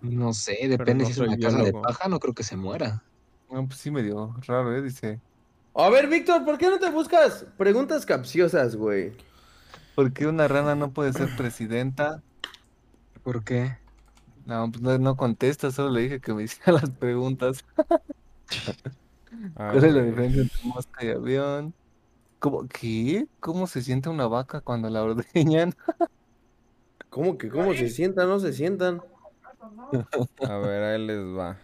[SPEAKER 2] No sé, depende
[SPEAKER 5] no
[SPEAKER 2] si es
[SPEAKER 5] soy
[SPEAKER 2] una casa de
[SPEAKER 5] biólogo.
[SPEAKER 2] paja, no creo que se muera.
[SPEAKER 1] No, pues sí medio raro, ¿eh? Dice,
[SPEAKER 3] A ver, Víctor, ¿por qué no te buscas preguntas capciosas, güey?
[SPEAKER 1] ¿por qué una rana no puede ser presidenta?
[SPEAKER 2] ¿Por qué?
[SPEAKER 1] No, pues no, no contesta, solo le dije que me hiciera las preguntas.
[SPEAKER 4] Ah,
[SPEAKER 1] ¿Cuál es la
[SPEAKER 4] güey.
[SPEAKER 1] diferencia entre mosca y avión? ¿Cómo, ¿Qué? ¿Cómo se siente una vaca cuando la ordeñan?
[SPEAKER 3] ¿Cómo que cómo se sientan? No se sientan.
[SPEAKER 4] A ver, ahí les va.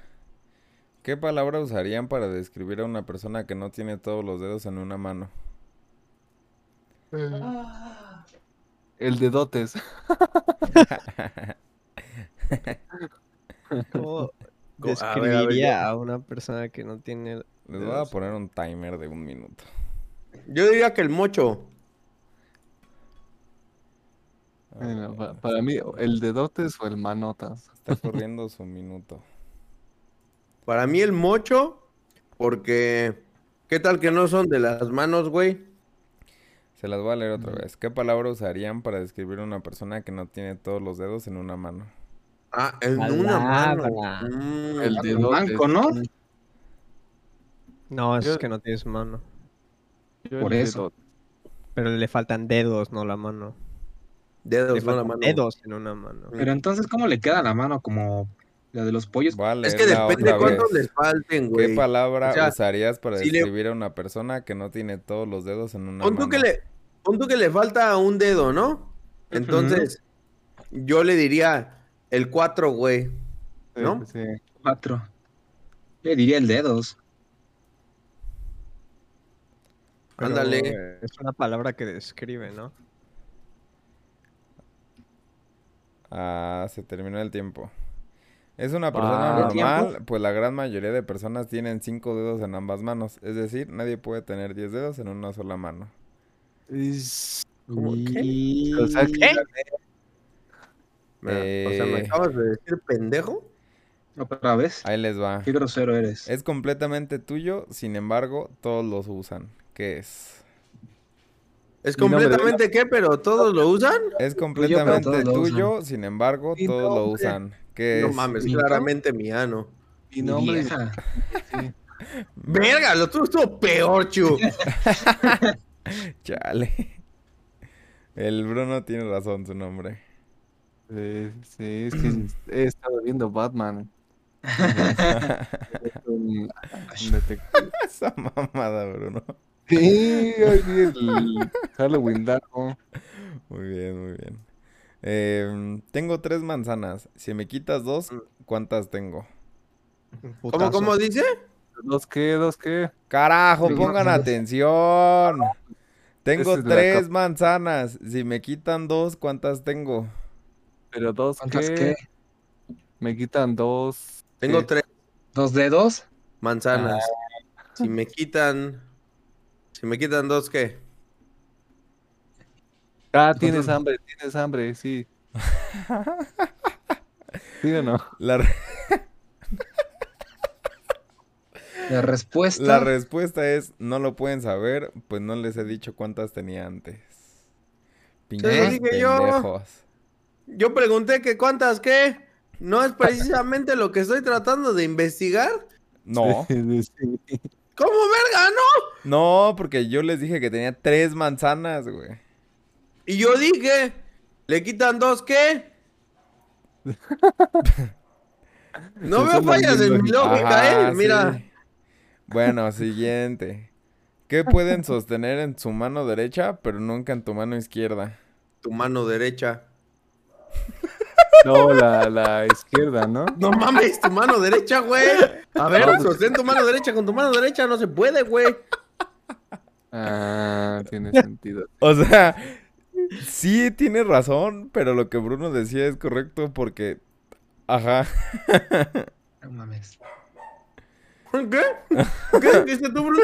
[SPEAKER 4] ¿Qué palabra usarían para describir a una persona que no tiene todos los dedos en una mano?
[SPEAKER 1] El de dotes.
[SPEAKER 5] ¿Cómo
[SPEAKER 3] Co- a ver, a ver, yo-
[SPEAKER 5] describiría a una persona que no tiene...
[SPEAKER 4] Les voy a poner un timer de un minuto.
[SPEAKER 3] Yo diría que el mocho.
[SPEAKER 4] A
[SPEAKER 1] Bueno,
[SPEAKER 4] ver,
[SPEAKER 1] Eh, pa- para mí, el de dotes o el manotas.
[SPEAKER 4] Está corriendo su minuto.
[SPEAKER 3] Para mí el mocho, porque... ¿Qué tal que no son de las manos, güey?
[SPEAKER 4] Se las voy a leer otra vez. ¿Qué palabra usarían para describir a una persona que no tiene todos los dedos en una mano?
[SPEAKER 3] Ah, en una mano.
[SPEAKER 2] Palabra.
[SPEAKER 3] Mm,
[SPEAKER 1] El de
[SPEAKER 2] el
[SPEAKER 1] dotes.
[SPEAKER 2] manco, Ah, ¿no?
[SPEAKER 5] No, eso
[SPEAKER 1] Yo-
[SPEAKER 5] es que no tienes mano.
[SPEAKER 1] Yo el
[SPEAKER 2] Por
[SPEAKER 1] de
[SPEAKER 2] eso.
[SPEAKER 1] dotes.
[SPEAKER 5] Pero le faltan dedos, no la mano. Le
[SPEAKER 3] Dedos, no la
[SPEAKER 5] faltan
[SPEAKER 3] mano. güey.
[SPEAKER 5] dedos en una mano.
[SPEAKER 2] Pero entonces, ¿cómo le queda la mano? Como la de los pollos.
[SPEAKER 4] Voy a
[SPEAKER 3] Es
[SPEAKER 4] leer
[SPEAKER 3] que
[SPEAKER 4] la
[SPEAKER 3] depende
[SPEAKER 4] otra
[SPEAKER 3] cuántos les
[SPEAKER 4] vez.
[SPEAKER 3] falten,
[SPEAKER 4] ¿Qué
[SPEAKER 3] güey.
[SPEAKER 4] palabra
[SPEAKER 3] O sea,
[SPEAKER 4] usarías para
[SPEAKER 3] sí le-
[SPEAKER 4] describir a una persona que no tiene todos los dedos en una
[SPEAKER 3] Pon
[SPEAKER 4] mano?
[SPEAKER 3] tú que le, pon tú que le falta un dedo, ¿no? Entonces, yo le diría el 4, güey.
[SPEAKER 1] Sí,
[SPEAKER 3] ¿No?
[SPEAKER 1] sí, sí.
[SPEAKER 2] Cuatro. Le diría el dedos.
[SPEAKER 5] Pero,
[SPEAKER 3] Ándale.
[SPEAKER 5] eh, Es una palabra que describe, ¿no?
[SPEAKER 4] Ah, se terminó el tiempo. ¿Es una
[SPEAKER 2] Ah.
[SPEAKER 4] persona
[SPEAKER 2] ¿Cuánto tiempo?
[SPEAKER 4] normal? Pues la gran mayoría de personas tienen cinco dedos en ambas manos. Es decir, nadie puede tener 10 dedos en una sola mano.
[SPEAKER 1] Es-
[SPEAKER 3] ¿Cómo qué?
[SPEAKER 2] Y-
[SPEAKER 1] O sea, ¿qué?
[SPEAKER 3] Mira, O sea, me
[SPEAKER 4] Eh.
[SPEAKER 3] acabas de decir pendejo.
[SPEAKER 2] Otra vez.
[SPEAKER 4] Ahí les va.
[SPEAKER 2] Qué grosero eres.
[SPEAKER 4] Es completamente tuyo, sin embargo, todos los usan. ¿Qué es?
[SPEAKER 3] Es
[SPEAKER 1] Mi nombre de-
[SPEAKER 3] completamente qué, pero todos lo usan.
[SPEAKER 4] Es
[SPEAKER 2] pero todos
[SPEAKER 4] completamente
[SPEAKER 2] lo usan.
[SPEAKER 4] tuyo, sin embargo,
[SPEAKER 1] Mi
[SPEAKER 4] todos lo
[SPEAKER 1] nombre.
[SPEAKER 4] usan. ¿Qué
[SPEAKER 3] No
[SPEAKER 4] es?
[SPEAKER 3] mames,
[SPEAKER 2] ¿Minto?
[SPEAKER 3] claramente mi ano.
[SPEAKER 1] Mi nombre es...
[SPEAKER 2] Vieja.
[SPEAKER 1] sí.
[SPEAKER 3] Verga, lo tuyo estuvo peor, Chu.
[SPEAKER 4] Chale. El Bruno tiene razón, su nombre.
[SPEAKER 1] Sí, sí, es que he estado viendo Batman. Un- un detective.
[SPEAKER 4] Esa mamada, Bruno.
[SPEAKER 1] Sí, ahí vi el Halloween Darko.
[SPEAKER 4] Muy bien, muy bien. Em, tengo tres manzanas. Si me quitas dos, ¿cuántas tengo?
[SPEAKER 5] Un
[SPEAKER 3] ¿Cómo,
[SPEAKER 5] putazo.
[SPEAKER 3] cómo dice?
[SPEAKER 1] ¿Dos qué? ¿Dos qué?
[SPEAKER 4] Carajo,
[SPEAKER 2] Tres
[SPEAKER 4] pongan
[SPEAKER 2] manzanas.
[SPEAKER 4] atención. Tengo
[SPEAKER 1] Esa es la
[SPEAKER 4] tres
[SPEAKER 1] capa.
[SPEAKER 4] manzanas. Si me quitan dos, ¿cuántas tengo?
[SPEAKER 1] ¿Pero dos
[SPEAKER 2] ¿Cuántas
[SPEAKER 1] qué?
[SPEAKER 2] qué?
[SPEAKER 1] Me quitan dos.
[SPEAKER 3] Tengo
[SPEAKER 1] ¿qué?
[SPEAKER 3] tres
[SPEAKER 2] ¿Dos dedos?
[SPEAKER 3] manzanas. Si me quitan. Si me quitan dos, ¿qué?
[SPEAKER 1] Ah, tienes hambre, tienes hambre, sí. ¿Sí o no?
[SPEAKER 4] La, re-
[SPEAKER 2] La respuesta.
[SPEAKER 4] la respuesta es, no lo pueden saber, pues no les he dicho cuántas tenía antes. Pinches
[SPEAKER 3] dije yo.
[SPEAKER 4] pendejos.
[SPEAKER 3] Yo pregunté que cuántas, ¿qué? No es precisamente lo que estoy tratando de investigar.
[SPEAKER 4] No,
[SPEAKER 1] Sí, sí, sí.
[SPEAKER 3] ¿Cómo verga, no?
[SPEAKER 4] no, porque yo les dije que tenía tres manzanas, güey.
[SPEAKER 3] Y yo dije, ¿le quitan dos qué? No
[SPEAKER 1] Eso
[SPEAKER 3] veo
[SPEAKER 1] es
[SPEAKER 3] fallas en mi
[SPEAKER 1] lógica.
[SPEAKER 3] lógica,
[SPEAKER 4] Ajá,
[SPEAKER 3] eh. Mira.
[SPEAKER 4] sí. Bueno, siguiente. ¿Qué pueden sostener en su mano derecha, pero nunca en tu mano izquierda?
[SPEAKER 3] Tu mano derecha.
[SPEAKER 1] No, la, la izquierda, ¿no?
[SPEAKER 3] No mames, tu mano derecha, güey. A ver,
[SPEAKER 1] No, pues-
[SPEAKER 3] sostén tu mano derecha con tu mano derecha, no se puede, güey.
[SPEAKER 1] Ah, tiene sentido.
[SPEAKER 4] O sea, sí tiene razón, pero lo que Bruno decía es correcto porque... Ajá.
[SPEAKER 2] No mames.
[SPEAKER 3] ¿Qué? ¿Qué dijiste tú, Bruno?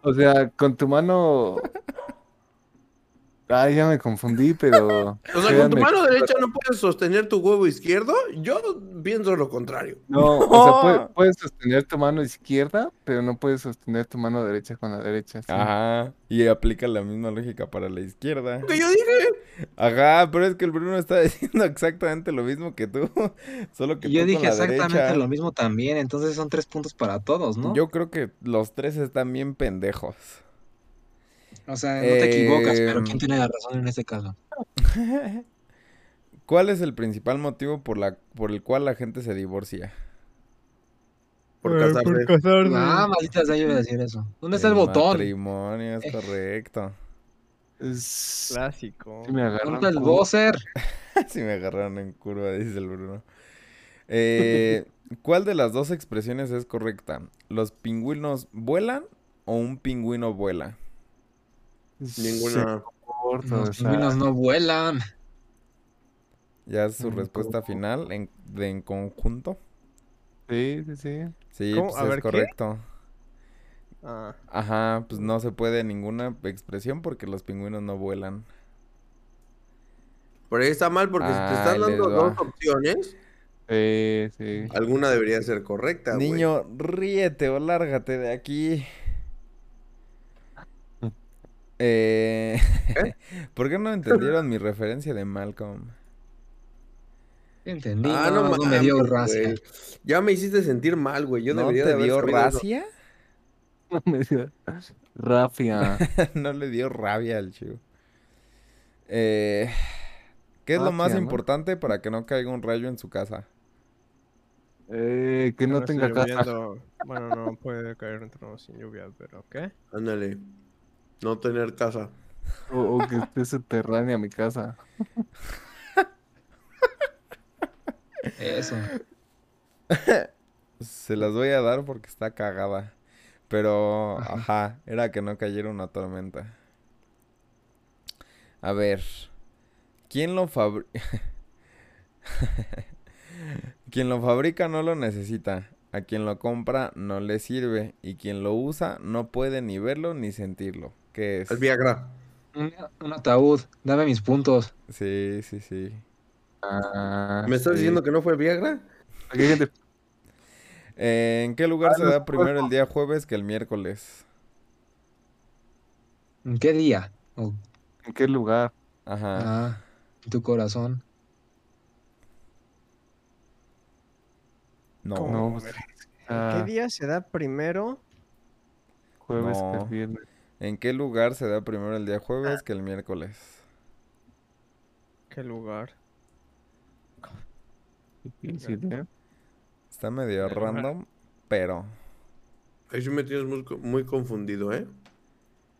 [SPEAKER 1] O sea, con tu mano. Ay, ya me confundí, pero.
[SPEAKER 3] O sea, con tu
[SPEAKER 1] Créanme.
[SPEAKER 3] mano derecha no puedes sostener tu huevo izquierdo. Yo pienso lo contrario.
[SPEAKER 1] No, o sea,
[SPEAKER 4] No.
[SPEAKER 1] puede- puedes sostener tu mano izquierda, pero no puedes sostener tu mano derecha con la derecha. sí.
[SPEAKER 4] Ajá. Y aplica la misma lógica para la izquierda.
[SPEAKER 3] Lo que yo dije.
[SPEAKER 4] Ajá, pero es que el Bruno está diciendo exactamente lo mismo que tú. Solo que
[SPEAKER 2] Y yo
[SPEAKER 4] tú con
[SPEAKER 2] dije
[SPEAKER 4] la
[SPEAKER 2] exactamente
[SPEAKER 4] derecha.
[SPEAKER 2] lo mismo también. Entonces son tres puntos para todos, ¿no?
[SPEAKER 4] Yo creo que los tres están bien pendejos.
[SPEAKER 2] O sea, no te equivocas, pero
[SPEAKER 4] Em.
[SPEAKER 2] ¿quién tiene la razón en este caso?
[SPEAKER 4] ¿Cuál es el principal motivo por, la, por el cual la gente se divorcia?
[SPEAKER 5] Eh,
[SPEAKER 3] por casarse.
[SPEAKER 2] Ah, maldita sea, yo iba a decir eso. Eh, ¿Dónde está el, botón?
[SPEAKER 4] Matrimonio, es
[SPEAKER 2] Eh.
[SPEAKER 4] correcto.
[SPEAKER 1] Es-
[SPEAKER 5] Clásico.
[SPEAKER 1] sí me agarran
[SPEAKER 2] ¿Dónde está
[SPEAKER 1] con-
[SPEAKER 2] el buzzer?
[SPEAKER 4] si me agarraron en curva, dice el Bruno. Eh, ¿Cuál de las dos expresiones es correcta? ¿Los pingüinos vuelan o un pingüino vuela?
[SPEAKER 3] Ninguna.
[SPEAKER 1] corto, o
[SPEAKER 2] Los
[SPEAKER 1] sea,
[SPEAKER 2] pingüinos no vuelan.
[SPEAKER 4] Ya es su
[SPEAKER 1] Mm,
[SPEAKER 4] respuesta
[SPEAKER 1] ¿cómo?
[SPEAKER 4] final en, de en conjunto.
[SPEAKER 1] Sí, sí, sí.
[SPEAKER 4] Sí,
[SPEAKER 5] ¿Cómo?
[SPEAKER 4] pues
[SPEAKER 5] A
[SPEAKER 4] es
[SPEAKER 5] ver, ¿qué?
[SPEAKER 4] correcto.
[SPEAKER 5] Ah,
[SPEAKER 4] Ajá, pues no se puede ninguna expresión porque los pingüinos no vuelan.
[SPEAKER 3] Por ahí está mal porque si te
[SPEAKER 4] Ay,
[SPEAKER 3] están dando
[SPEAKER 4] les va.
[SPEAKER 3] dos opciones,
[SPEAKER 1] Sí, sí.
[SPEAKER 3] alguna debería ser correcta, güey.
[SPEAKER 4] Niño, ríete o lárgate de aquí. Eh, ¿Por qué no entendieron mi referencia de Malcolm?
[SPEAKER 2] Entendí.
[SPEAKER 3] Ah,
[SPEAKER 2] no,
[SPEAKER 3] no,
[SPEAKER 2] no me dio
[SPEAKER 3] mames,
[SPEAKER 2] racia.
[SPEAKER 3] güey. Ya me hiciste sentir mal, güey. Yo
[SPEAKER 4] ¿No
[SPEAKER 3] debería de
[SPEAKER 4] te
[SPEAKER 3] haber
[SPEAKER 4] dio
[SPEAKER 3] sabido eso.
[SPEAKER 4] racia?
[SPEAKER 1] Me dio- Rafia.
[SPEAKER 4] no le dio rabia al chivo. Eh, ¿Qué es lo más
[SPEAKER 1] Racia, ¿no?
[SPEAKER 4] importante para que no caiga un rayo en su casa?
[SPEAKER 1] Eh, que no
[SPEAKER 5] esté
[SPEAKER 1] tenga casa.
[SPEAKER 5] lloviendo. Bueno, no puede caer un trono sin lluvia, pero ¿qué?
[SPEAKER 3] Ándale. No tener casa.
[SPEAKER 1] O, o que esté subterránea mi casa.
[SPEAKER 2] Eso.
[SPEAKER 4] Se las voy a dar porque está cagada. Pero, ajá, era que no cayera una tormenta. A ver. ¿Quién lo fabrica? quien lo fabrica no lo necesita. A quien lo compra no le sirve. Y quien lo usa no puede ni verlo ni sentirlo. ¿Qué es?
[SPEAKER 3] El Viagra.
[SPEAKER 2] Un, un ataúd. Dame mis puntos.
[SPEAKER 4] Sí, sí, sí.
[SPEAKER 1] Ah,
[SPEAKER 3] ¿Me estás
[SPEAKER 1] sí.
[SPEAKER 3] diciendo que no fue Viagra?
[SPEAKER 1] Aquí hay gente-
[SPEAKER 4] Eh, ¿En qué lugar se da primero el día jueves que el miércoles?
[SPEAKER 2] ¿En qué día? Oh,
[SPEAKER 1] ¿En qué lugar?
[SPEAKER 4] Ajá.
[SPEAKER 2] ah, tu corazón.
[SPEAKER 4] No.
[SPEAKER 5] ¿Cómo?
[SPEAKER 1] No,
[SPEAKER 5] a
[SPEAKER 1] pues,
[SPEAKER 5] ver.
[SPEAKER 1] ah,
[SPEAKER 5] ¿Qué día se da primero?
[SPEAKER 1] Jueves que
[SPEAKER 4] No.
[SPEAKER 1] viernes.
[SPEAKER 4] ¿En qué lugar se da primero el día jueves que el miércoles?
[SPEAKER 5] ¿Qué lugar?
[SPEAKER 1] Difícil, ¿eh?
[SPEAKER 4] Está medio
[SPEAKER 5] Ajá.
[SPEAKER 4] random, pero.
[SPEAKER 3] Ahí sí me tienes muy, co- muy confundido, ¿eh?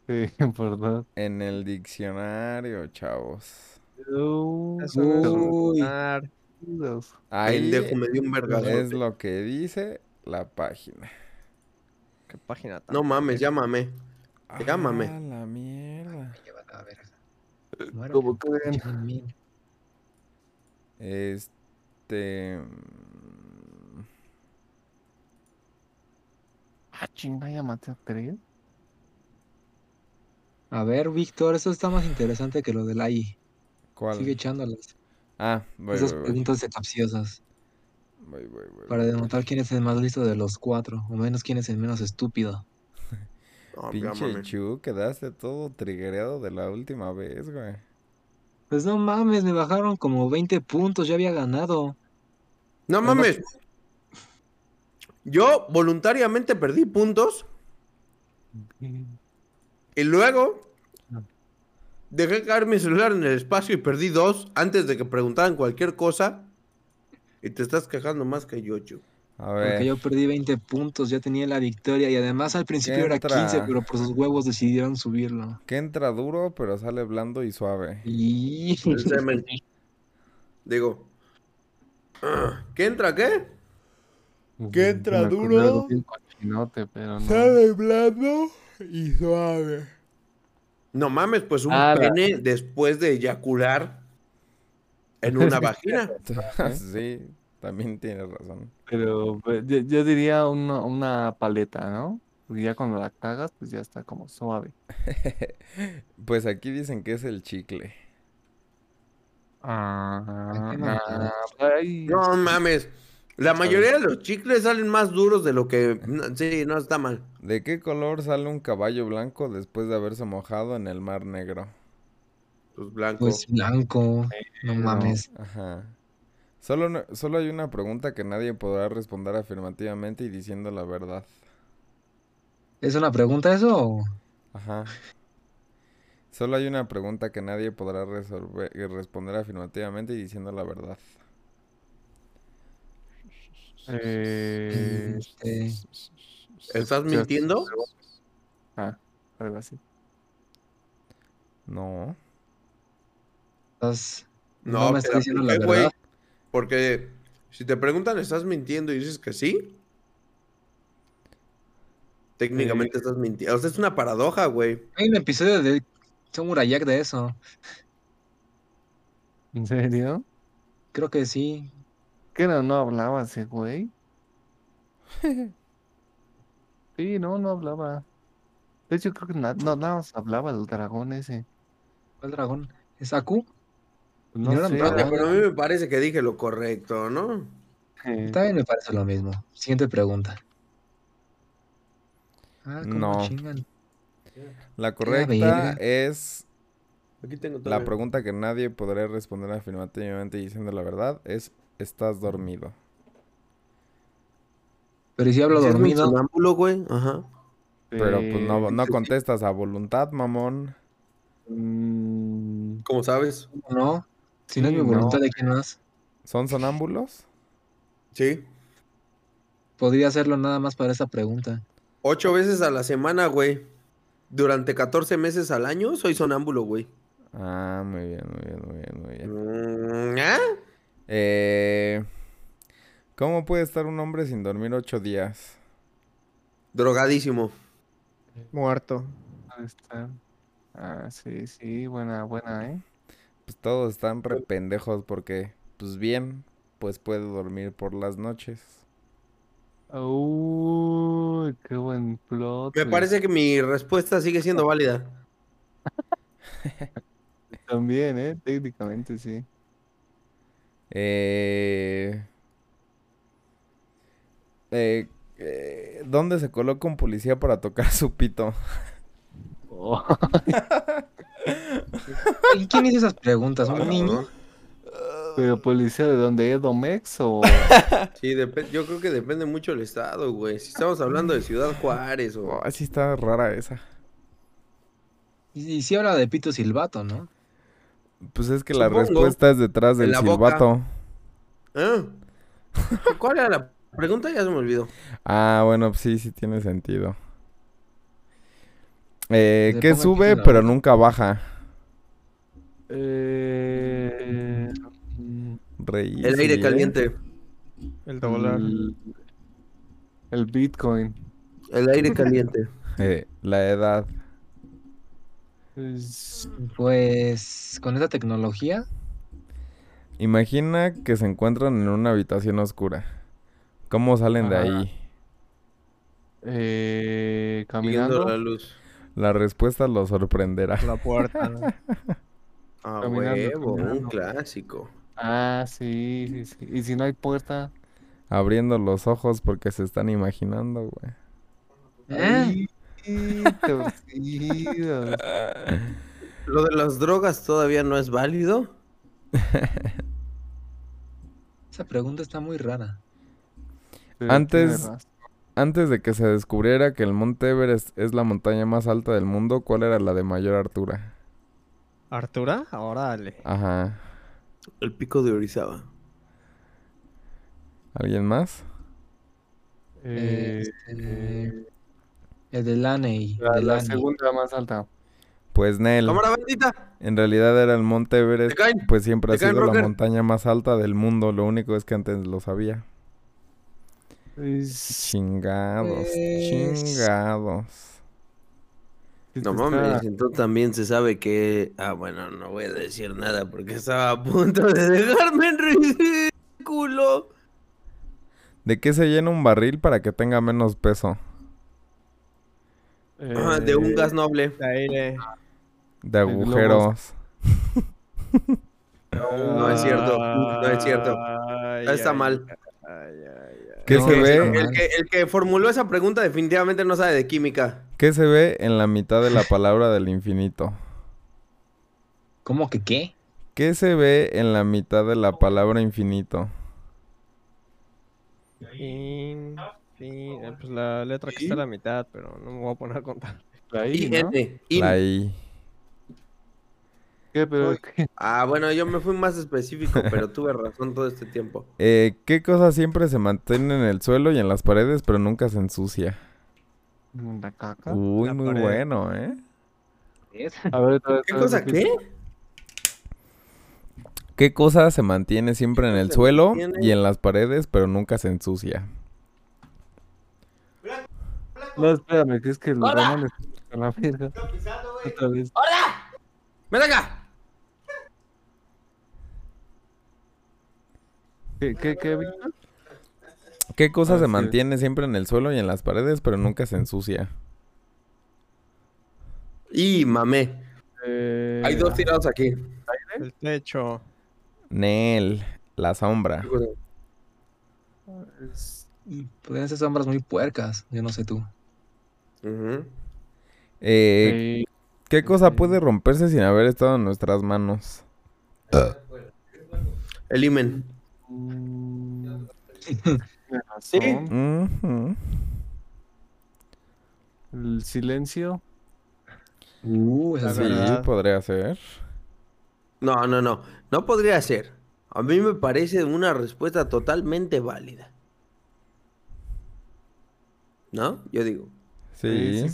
[SPEAKER 1] Sí, verdad.
[SPEAKER 4] En el diccionario, chavos.
[SPEAKER 5] Eso no es un
[SPEAKER 2] Uy.
[SPEAKER 5] lugar.
[SPEAKER 1] Perdidos.
[SPEAKER 4] Ahí
[SPEAKER 3] Pendejo, me dio un
[SPEAKER 4] es
[SPEAKER 3] vergazo.
[SPEAKER 4] lo que dice la página.
[SPEAKER 5] ¿Qué página tan
[SPEAKER 3] No mames, llámame. Llámame.
[SPEAKER 4] Ah, la mierda.
[SPEAKER 2] Lleva la verga.
[SPEAKER 4] Eh,
[SPEAKER 2] Muérete,
[SPEAKER 1] Como creen.
[SPEAKER 2] Chinmin.
[SPEAKER 4] Este. mm,
[SPEAKER 1] Ah, chinga, ya maté a tres.
[SPEAKER 2] A ver, Víctor, eso está más interesante que lo del AI.
[SPEAKER 4] ¿Cuál?
[SPEAKER 2] Sigue echándolas.
[SPEAKER 4] Ah, voy,
[SPEAKER 2] Esas
[SPEAKER 4] voy, voy.
[SPEAKER 2] preguntas capciosas
[SPEAKER 4] Voy, voy, voy,
[SPEAKER 2] para
[SPEAKER 4] voy,
[SPEAKER 2] denotar quién es el más listo de los cuatro, o menos quién es el menos estúpido.
[SPEAKER 3] No,
[SPEAKER 4] voy. Pinche
[SPEAKER 3] llámame.
[SPEAKER 4] Chu, quedaste todo triggereado de la última vez, güey.
[SPEAKER 2] Pues no mames, me bajaron como 20 puntos, ya había ganado.
[SPEAKER 3] No
[SPEAKER 4] más-
[SPEAKER 3] mames. Yo voluntariamente perdí puntos y luego dejé caer mi celular en el espacio y perdí dos antes de que preguntaran cualquier cosa. Y te estás quejando más que yo, Chu.
[SPEAKER 4] A ver.
[SPEAKER 2] Porque yo perdí 20 puntos, ya tenía la victoria y además al principio era 15,
[SPEAKER 4] Entra.
[SPEAKER 2] pero por sus huevos decidieron subirlo.
[SPEAKER 4] Que entra duro, pero sale blando y suave.
[SPEAKER 2] Y
[SPEAKER 3] El semen. Digo. ah, ¿Qué entra qué?
[SPEAKER 1] Que
[SPEAKER 4] entra duro.
[SPEAKER 1] cochinote, pero no.
[SPEAKER 4] blando y suave.
[SPEAKER 3] No mames, pues un
[SPEAKER 2] Ah,
[SPEAKER 1] Nada.
[SPEAKER 3] pene después de eyacular en una vagina.
[SPEAKER 4] Ah, sí, también tienes razón.
[SPEAKER 1] Pero pues, yo, yo diría una, una paleta, ¿no? Porque ya cuando la cagas, pues ya está como suave.
[SPEAKER 4] Pues aquí dicen que es el chicle.
[SPEAKER 1] Ah,
[SPEAKER 2] qué
[SPEAKER 1] nah,
[SPEAKER 2] mamada.
[SPEAKER 1] ay,
[SPEAKER 3] No mames. La mayoría de los chicles salen más duros de lo que. no, sí, no está mal.
[SPEAKER 4] ¿De qué color sale un caballo blanco después de haberse mojado en el Mar Negro?
[SPEAKER 3] Pues blanco.
[SPEAKER 2] pues blanco, no
[SPEAKER 1] Negro.
[SPEAKER 2] mames.
[SPEAKER 4] Ajá. Solo, no- solo hay una pregunta que nadie podrá responder afirmativamente y diciendo la verdad.
[SPEAKER 2] ¿Es una pregunta eso? o-
[SPEAKER 4] Ajá. Solo hay una pregunta que nadie podrá resolver, eh, responder afirmativamente y diciendo la verdad.
[SPEAKER 1] Eh,
[SPEAKER 2] Este,
[SPEAKER 3] ¿Estás mintiendo?
[SPEAKER 1] Ah, algo así.
[SPEAKER 4] No.
[SPEAKER 2] estás-
[SPEAKER 3] No,
[SPEAKER 2] no me
[SPEAKER 3] pero
[SPEAKER 2] estás diciendo
[SPEAKER 3] ¿por
[SPEAKER 2] la
[SPEAKER 3] qué, güey?
[SPEAKER 2] verdad.
[SPEAKER 3] Porque si te preguntan, ¿estás mintiendo y dices que sí?
[SPEAKER 2] Eh.
[SPEAKER 3] Técnicamente estás mintiendo. O sea, es una paradoja, güey.
[SPEAKER 2] Hay un episodio de Samurai Jack de eso.
[SPEAKER 1] ¿En serio?
[SPEAKER 2] Creo que sí.
[SPEAKER 1] ¿Qué no, no hablaba ese güey? Sí, no, no hablaba. De hecho, creo que na- no, nada más hablaba del dragón ese.
[SPEAKER 2] ¿Cuál dragón? ¿Es Aku?
[SPEAKER 1] Pues No
[SPEAKER 2] era un
[SPEAKER 1] sé,
[SPEAKER 2] dragón.
[SPEAKER 3] Oye, pero a mí me parece que dije lo correcto, ¿no?
[SPEAKER 1] eh,
[SPEAKER 2] También me parece lo mismo. Siguiente pregunta. Ah, ¿cómo
[SPEAKER 4] No.
[SPEAKER 2] chingan?
[SPEAKER 4] La
[SPEAKER 2] verga.
[SPEAKER 4] correcta es
[SPEAKER 3] Aquí tengo
[SPEAKER 4] la pregunta que nadie podrá responder afirmativamente diciendo la verdad es ¿estás dormido?
[SPEAKER 2] Pero si hablo dormido,
[SPEAKER 3] sonámbulo, güey. Ajá.
[SPEAKER 4] Pero pues no,
[SPEAKER 1] eh,
[SPEAKER 4] no contestas a voluntad, mamón.
[SPEAKER 1] este, mm,
[SPEAKER 3] ¿Cómo sabes?
[SPEAKER 2] no. Si no es
[SPEAKER 1] Sí,
[SPEAKER 2] mi
[SPEAKER 1] no.
[SPEAKER 2] voluntad, ¿de quién más?
[SPEAKER 4] ¿Son sonámbulos?
[SPEAKER 3] Sí.
[SPEAKER 2] Podría hacerlo nada más para esta pregunta.
[SPEAKER 3] Ocho veces a la semana, güey. Durante 14 meses al año soy sonámbulo, güey.
[SPEAKER 4] Ah, muy bien, muy bien, muy bien, muy bien.
[SPEAKER 3] Mm, ¿Ah?
[SPEAKER 4] Eh, ¿Cómo puede estar un hombre sin dormir ocho días?
[SPEAKER 3] Drogadísimo.
[SPEAKER 5] Muerto.
[SPEAKER 1] ¿dónde está? Ah, sí, sí, buena, buena, ¿eh?
[SPEAKER 4] Pues todos están re pendejos porque, pues bien, pues puede dormir por las noches.
[SPEAKER 1] Uy, qué buen plot.
[SPEAKER 3] Me
[SPEAKER 1] twist.
[SPEAKER 3] parece que mi respuesta sigue siendo válida.
[SPEAKER 1] También, ¿eh? Técnicamente, sí.
[SPEAKER 4] Eh, eh, eh, ¿Dónde se coloca un policía para tocar su pito?
[SPEAKER 3] Oh.
[SPEAKER 2] ¿Y quién hizo esas preguntas?
[SPEAKER 3] Ah,
[SPEAKER 2] ¿Un niño?
[SPEAKER 1] Pero policía, ¿de dónde es Domex o...?
[SPEAKER 3] Sí, depe- yo creo que depende mucho del estado, güey. Si estamos hablando de Ciudad Juárez o...
[SPEAKER 4] Así está rara esa.
[SPEAKER 2] Y, y sí habla de Pito Silvato, ¿no?
[SPEAKER 4] Pues es que la
[SPEAKER 3] Supongo.
[SPEAKER 4] respuesta es detrás del
[SPEAKER 3] la boca.
[SPEAKER 4] silbato.
[SPEAKER 3] ¿Ah? ¿Cuál era la pregunta? Ya se me olvidó.
[SPEAKER 4] Ah, bueno, pues sí, sí tiene sentido. Eh,
[SPEAKER 2] Que se ponga el pito en
[SPEAKER 4] que sube
[SPEAKER 2] la
[SPEAKER 4] pero
[SPEAKER 2] boca.
[SPEAKER 4] nunca baja.
[SPEAKER 1] Eh, mm,
[SPEAKER 4] Reí.
[SPEAKER 3] El aire
[SPEAKER 4] sí, ¿eh?
[SPEAKER 3] caliente.
[SPEAKER 5] El dólar.
[SPEAKER 3] Mm.
[SPEAKER 1] El, el Bitcoin.
[SPEAKER 3] El aire caliente.
[SPEAKER 4] Eh, la edad.
[SPEAKER 1] Es-
[SPEAKER 2] Pues con esta tecnología,
[SPEAKER 4] Imagina que se encuentran en una habitación oscura. ¿Cómo salen de
[SPEAKER 1] Ajá.
[SPEAKER 4] ahí?
[SPEAKER 1] eh,
[SPEAKER 3] Siguiendo la
[SPEAKER 1] caminando.
[SPEAKER 3] luz.
[SPEAKER 4] La respuesta los sorprenderá.
[SPEAKER 5] La puerta. ¿no?
[SPEAKER 3] Ah,
[SPEAKER 1] Caminando,
[SPEAKER 3] huevo, un
[SPEAKER 1] caminando.
[SPEAKER 3] clásico.
[SPEAKER 1] Ah, sí, sí, sí. Y si no hay puerta.
[SPEAKER 4] Abriendo los ojos porque se están imaginando, güey.
[SPEAKER 2] ¿eh?
[SPEAKER 1] Ay, torcidos.
[SPEAKER 3] ¿Lo de las drogas todavía no es válido?
[SPEAKER 2] esa pregunta está muy rara.
[SPEAKER 1] Sí,
[SPEAKER 4] Antes-
[SPEAKER 1] tiene razón.
[SPEAKER 4] Antes de que se descubriera que el Monte Everest es la montaña más alta del mundo, ¿cuál era la de mayor altura?
[SPEAKER 5] ¿Artura? Órale.
[SPEAKER 4] Ajá.
[SPEAKER 3] El pico de Orizaba.
[SPEAKER 4] ¿Alguien más?
[SPEAKER 1] Eh,
[SPEAKER 2] Este, el de Laney.
[SPEAKER 1] la,
[SPEAKER 2] de
[SPEAKER 1] la
[SPEAKER 2] Laney.
[SPEAKER 1] segunda más alta.
[SPEAKER 4] Pues
[SPEAKER 5] Mm.
[SPEAKER 4] Nel.
[SPEAKER 3] Cámara bendita.
[SPEAKER 4] En realidad era el Monte
[SPEAKER 3] ¿Te
[SPEAKER 4] Everest,
[SPEAKER 3] caen?
[SPEAKER 4] pues siempre ha
[SPEAKER 3] ¿Te caen,
[SPEAKER 4] sido la
[SPEAKER 3] Rocker?
[SPEAKER 4] montaña más alta del mundo. Lo único es que antes lo sabía.
[SPEAKER 1] Es-
[SPEAKER 4] Chingados,
[SPEAKER 2] Pues-
[SPEAKER 4] chingados.
[SPEAKER 1] sí
[SPEAKER 3] No
[SPEAKER 1] te
[SPEAKER 3] mames,
[SPEAKER 1] este está-
[SPEAKER 3] entonces también se sabe que... Ah, bueno, no voy a decir nada porque estaba a punto de dejarme en ridículo.
[SPEAKER 4] ¿De qué se llena un barril para que tenga menos peso?
[SPEAKER 3] Ah, de un
[SPEAKER 1] eh,
[SPEAKER 3] gas noble.
[SPEAKER 5] De aire.
[SPEAKER 4] De
[SPEAKER 1] globos.
[SPEAKER 4] agujeros.
[SPEAKER 3] No
[SPEAKER 5] ah,
[SPEAKER 3] es cierto, no es cierto.
[SPEAKER 5] Ay,
[SPEAKER 3] Está
[SPEAKER 5] ay,
[SPEAKER 3] mal.
[SPEAKER 5] ay, ay, ay.
[SPEAKER 4] ¿Qué
[SPEAKER 2] No,
[SPEAKER 4] se
[SPEAKER 2] es
[SPEAKER 4] ve?
[SPEAKER 2] normal.
[SPEAKER 3] El que, el que formuló esa pregunta definitivamente no sabe de química.
[SPEAKER 4] ¿Qué se ve en la mitad de la palabra del infinito?
[SPEAKER 2] ¿Cómo que qué?
[SPEAKER 4] ¿Qué se ve en la mitad de la palabra infinito?
[SPEAKER 5] In-
[SPEAKER 6] Ah,
[SPEAKER 5] in- eh, pues la letra que está a la mitad, pero no me voy a poner a contar.
[SPEAKER 1] la I, ¿no?
[SPEAKER 3] IN.
[SPEAKER 4] La
[SPEAKER 3] IN.
[SPEAKER 4] I.
[SPEAKER 1] ¿Qué? Pero
[SPEAKER 3] Uy.
[SPEAKER 1] ¿qué?
[SPEAKER 3] Ah, bueno, yo me fui más específico, pero tuve razón todo este tiempo.
[SPEAKER 4] Eh, ¿Qué cosas siempre se mantienen en el suelo y en las paredes, pero nunca se ensucia?
[SPEAKER 1] Ah, la caca.
[SPEAKER 4] Uy,
[SPEAKER 5] La
[SPEAKER 4] muy
[SPEAKER 5] pared.
[SPEAKER 4] bueno, ¿eh?
[SPEAKER 2] Es-
[SPEAKER 1] A ver, otra vez,
[SPEAKER 3] ¿Qué
[SPEAKER 5] Ah,
[SPEAKER 1] otra vez,
[SPEAKER 3] cosa
[SPEAKER 1] repite.
[SPEAKER 3] qué?
[SPEAKER 4] ¿Qué cosa se mantiene siempre en el
[SPEAKER 3] se
[SPEAKER 4] suelo
[SPEAKER 3] mantiene?
[SPEAKER 4] y en las paredes, pero nunca se ensucia?
[SPEAKER 1] No, espérame, que es que el Ramón es a la verga. Otra vez.
[SPEAKER 3] ¡Ven acá!
[SPEAKER 1] ¿Qué, qué, qué? Víctor?
[SPEAKER 4] ¿Qué cosa
[SPEAKER 1] Ah,
[SPEAKER 4] se
[SPEAKER 1] sí.
[SPEAKER 4] mantiene siempre en el suelo y en las paredes, pero nunca se ensucia?
[SPEAKER 3] Y mamé.
[SPEAKER 1] Eh,
[SPEAKER 3] Hay
[SPEAKER 5] ah.
[SPEAKER 3] dos tirados aquí.
[SPEAKER 6] ¿Eh?
[SPEAKER 5] El techo.
[SPEAKER 4] Nel, la sombra.
[SPEAKER 1] es-
[SPEAKER 2] Podrían ser sombras muy puercas, yo no sé tú.
[SPEAKER 3] Ujú.
[SPEAKER 4] Eh,
[SPEAKER 1] eh,
[SPEAKER 4] ¿Qué cosa
[SPEAKER 1] sí.
[SPEAKER 4] puede romperse sin haber estado en nuestras manos?
[SPEAKER 3] El imen.
[SPEAKER 1] mm, tiene
[SPEAKER 3] Sí.
[SPEAKER 1] razón.
[SPEAKER 4] Ujú.
[SPEAKER 1] El silencio.
[SPEAKER 2] Uh, esa
[SPEAKER 5] La
[SPEAKER 2] es
[SPEAKER 4] Sí,
[SPEAKER 5] verdad.
[SPEAKER 4] podría ser.
[SPEAKER 3] No, no, no. No podría ser. A mí me parece una respuesta totalmente válida. ¿No? Yo digo.
[SPEAKER 4] Sí,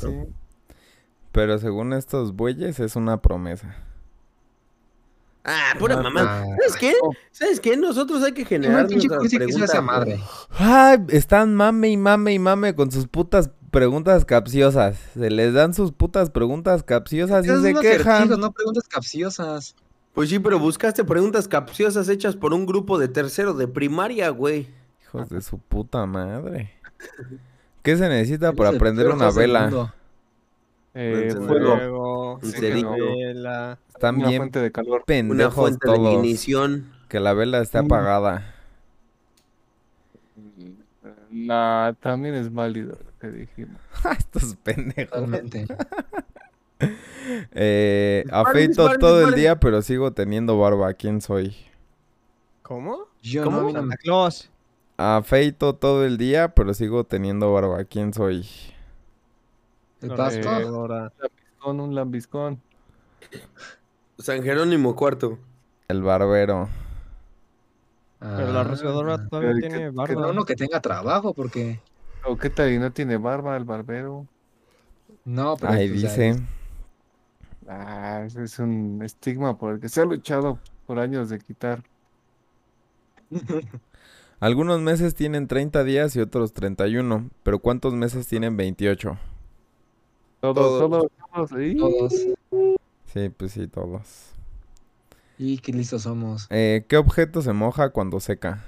[SPEAKER 4] pero según estos bueyes es una promesa.
[SPEAKER 3] Ah, pura mamá.
[SPEAKER 2] Ah.
[SPEAKER 3] ¿Sabes qué? ¿Sabes qué? Nosotros hay que
[SPEAKER 2] Qué buen
[SPEAKER 3] generar
[SPEAKER 2] pinche
[SPEAKER 3] nuestras
[SPEAKER 2] cursi que hizo
[SPEAKER 3] preguntas.
[SPEAKER 2] esa madre.
[SPEAKER 4] ¡Ay! Ah, Están mame y mame y mame con sus putas preguntas capciosas. Se les dan sus putas preguntas capciosas y
[SPEAKER 2] Esos
[SPEAKER 4] se
[SPEAKER 2] son
[SPEAKER 4] quejan.
[SPEAKER 2] acertijos, no preguntas capciosas.
[SPEAKER 3] Pues sí, pero buscaste preguntas capciosas hechas por un grupo de tercero de primaria, güey.
[SPEAKER 4] Hijos de su puta madre. ¿Qué se necesita
[SPEAKER 2] Eres
[SPEAKER 4] para
[SPEAKER 2] el
[SPEAKER 4] prender
[SPEAKER 2] peor
[SPEAKER 4] una
[SPEAKER 2] juez del
[SPEAKER 4] vela?
[SPEAKER 2] mundo.
[SPEAKER 1] Eh,
[SPEAKER 3] Fuego.
[SPEAKER 1] fuego.
[SPEAKER 5] Fuego.
[SPEAKER 1] Incendio.
[SPEAKER 5] vela.
[SPEAKER 4] Están
[SPEAKER 1] Una
[SPEAKER 4] bien
[SPEAKER 1] fuente de calor.
[SPEAKER 3] Una
[SPEAKER 4] pendejos
[SPEAKER 3] fuente de
[SPEAKER 4] todos.
[SPEAKER 3] ignición.
[SPEAKER 4] Que la vela esté
[SPEAKER 1] Mm.
[SPEAKER 4] apagada.
[SPEAKER 1] La, también es válido lo que dijimos.
[SPEAKER 4] Ah, Estos pendejos.
[SPEAKER 2] Totalmente.
[SPEAKER 4] Eh,
[SPEAKER 3] Disparen,
[SPEAKER 4] afeito
[SPEAKER 3] disparen,
[SPEAKER 4] todo el
[SPEAKER 3] disparen.
[SPEAKER 4] día, pero sigo teniendo barba. ¿Quién soy?
[SPEAKER 5] ¿Cómo?
[SPEAKER 2] Yo
[SPEAKER 3] ¿Cómo?
[SPEAKER 2] no, a mí no me-
[SPEAKER 5] Santa Claus.
[SPEAKER 4] Afeito todo el día, pero sigo teniendo barba. ¿Quién soy?
[SPEAKER 2] El
[SPEAKER 5] No, eh,
[SPEAKER 2] pastor.
[SPEAKER 5] ahora.
[SPEAKER 1] Con un lambiscón.
[SPEAKER 3] San Jerónimo Cuarto.
[SPEAKER 4] El barbero.
[SPEAKER 5] Pero la
[SPEAKER 2] Ah.
[SPEAKER 5] rociadora todavía
[SPEAKER 1] Pero que-
[SPEAKER 5] tiene
[SPEAKER 1] que
[SPEAKER 5] barba.
[SPEAKER 2] Pero uno que tenga trabajo, porque.
[SPEAKER 1] ¿O Oh, qué tal? Y no tiene barba el barbero.
[SPEAKER 2] No, pero.
[SPEAKER 4] Ahí
[SPEAKER 2] pues,
[SPEAKER 4] dice.
[SPEAKER 1] Ah, ese es un estigma por el que se ha luchado por años de quitar.
[SPEAKER 4] Algunos meses tienen 30 días y otros 31. Pero ¿cuántos meses tienen 28?
[SPEAKER 1] Todos,
[SPEAKER 3] Todos.
[SPEAKER 1] todos, todos. ¡ih!
[SPEAKER 2] Todos.
[SPEAKER 4] Sí, pues sí, todos.
[SPEAKER 2] Y qué listos somos.
[SPEAKER 4] Eh, ¿Qué objeto se moja cuando seca?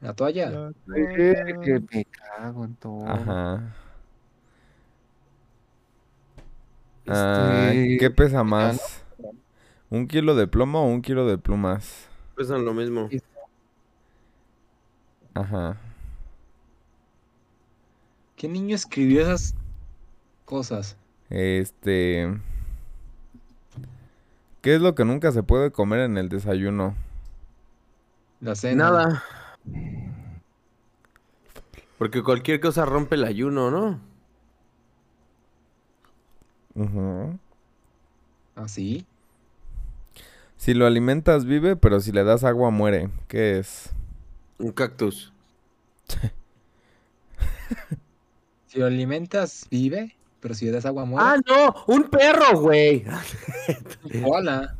[SPEAKER 2] La toalla.
[SPEAKER 1] Eh, que me cago en todo.
[SPEAKER 4] Ajá.
[SPEAKER 1] Este,
[SPEAKER 4] Ah, ¿Qué pesa
[SPEAKER 1] ¿no?
[SPEAKER 4] más? ¿Un kilo de plomo o un kilo de plumas?
[SPEAKER 3] Pesan lo mismo.
[SPEAKER 4] Ajá.
[SPEAKER 2] ¿Qué niño escribió esas cosas?
[SPEAKER 4] Este. ¿Qué es lo que nunca se puede comer en el desayuno?
[SPEAKER 2] La cena.
[SPEAKER 3] Nada. Porque cualquier cosa rompe el ayuno, ¿no?
[SPEAKER 4] Ujú.
[SPEAKER 2] Así.
[SPEAKER 4] Si lo alimentas vive, pero si le das agua muere. ¿Qué es?
[SPEAKER 3] Un cactus.
[SPEAKER 2] Si lo alimentas, vive. Pero si le das agua,
[SPEAKER 3] ¡Ah,
[SPEAKER 2] muere.
[SPEAKER 3] no! ¡Un perro, güey!
[SPEAKER 2] Un koala.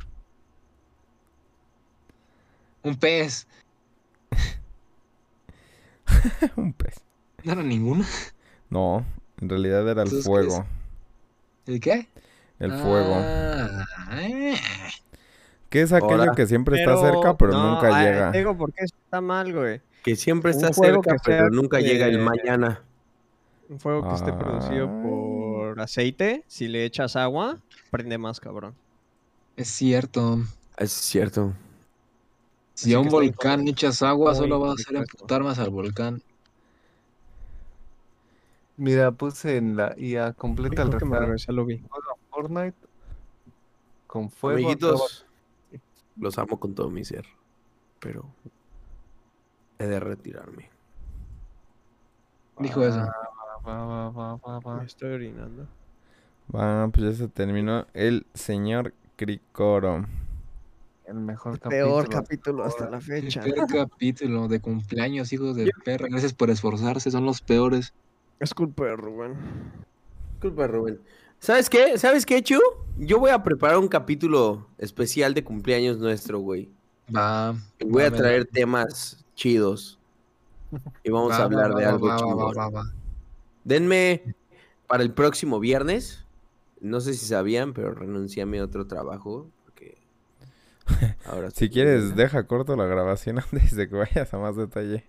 [SPEAKER 2] Un pez.
[SPEAKER 4] Un pez.
[SPEAKER 2] No era ninguno.
[SPEAKER 4] No, en realidad era el
[SPEAKER 2] Entonces, ¿qué
[SPEAKER 4] fuego.
[SPEAKER 2] ¿El qué?
[SPEAKER 4] El fuego.
[SPEAKER 2] Ah, eh.
[SPEAKER 4] ¿Qué es aquello
[SPEAKER 3] Hola.
[SPEAKER 4] que siempre
[SPEAKER 5] Pero-
[SPEAKER 4] está cerca, pero
[SPEAKER 5] no,
[SPEAKER 4] nunca
[SPEAKER 2] ah,
[SPEAKER 5] ay,
[SPEAKER 4] llega?
[SPEAKER 5] Te
[SPEAKER 2] este
[SPEAKER 5] digo por qué está mal, güey.
[SPEAKER 3] Que siempre
[SPEAKER 5] Un
[SPEAKER 3] está
[SPEAKER 5] juego
[SPEAKER 3] cerca,
[SPEAKER 5] que sea
[SPEAKER 3] pero nunca
[SPEAKER 5] de-
[SPEAKER 3] llega el mañana.
[SPEAKER 5] Un fuego que esté producido
[SPEAKER 4] Ay.
[SPEAKER 5] por aceite, si le echas agua, prende más, cabrón.
[SPEAKER 2] Es cierto.
[SPEAKER 3] Es cierto.
[SPEAKER 2] Si
[SPEAKER 5] Así
[SPEAKER 2] a
[SPEAKER 5] que
[SPEAKER 2] un
[SPEAKER 5] está
[SPEAKER 2] volcán
[SPEAKER 5] incorrecto.
[SPEAKER 2] echas agua,
[SPEAKER 5] Muy
[SPEAKER 2] solo vas a hacer
[SPEAKER 5] incorrecto.
[SPEAKER 2] emputar más al volcán.
[SPEAKER 1] Mira, puse en la IA completa el
[SPEAKER 5] Creo que me
[SPEAKER 1] refrán.
[SPEAKER 5] regresé al lobby.
[SPEAKER 1] Juega Fortnite con fuego. acaba-
[SPEAKER 3] Amiguitos, los amo con todo mi ser. Pero he de retirarme.
[SPEAKER 2] Dijo eso.
[SPEAKER 1] Va, va, va, va, va.
[SPEAKER 5] Me estoy orinando.
[SPEAKER 4] Va, pues ya se terminó el señor Cricoro.
[SPEAKER 1] El mejor capítulo.
[SPEAKER 6] Peor capítulo hasta la fecha.
[SPEAKER 2] Peor capítulo de cumpleaños, hijos de perra. Gracias por esforzarse, son los peores.
[SPEAKER 6] Es culpa de Rubén.
[SPEAKER 3] Disculpa, Rubén. ¿Sabes qué? ¿Sabes qué, Chu? Yo voy a preparar un capítulo especial de cumpleaños nuestro, güey.
[SPEAKER 2] Va.
[SPEAKER 3] Y Voy a
[SPEAKER 2] va,
[SPEAKER 3] traer temas chidos. Y vamos
[SPEAKER 2] va,
[SPEAKER 3] a hablar
[SPEAKER 2] va,
[SPEAKER 3] de
[SPEAKER 2] va,
[SPEAKER 3] algo
[SPEAKER 2] va, va,
[SPEAKER 3] chido.
[SPEAKER 2] va, va, va.
[SPEAKER 3] Denme para el próximo viernes. No sé si sabían, pero renuncié a mi otro trabajo. Porque ahora
[SPEAKER 4] Si
[SPEAKER 3] sí.
[SPEAKER 4] quieres, deja corto la grabación antes de que vayas a más detalle.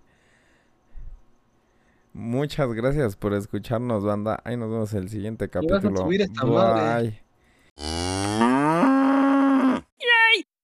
[SPEAKER 4] Muchas gracias por escucharnos, banda. Ahí nos vemos en el siguiente
[SPEAKER 2] vas a
[SPEAKER 4] capítulo.
[SPEAKER 2] subir esta madre.
[SPEAKER 4] Bye.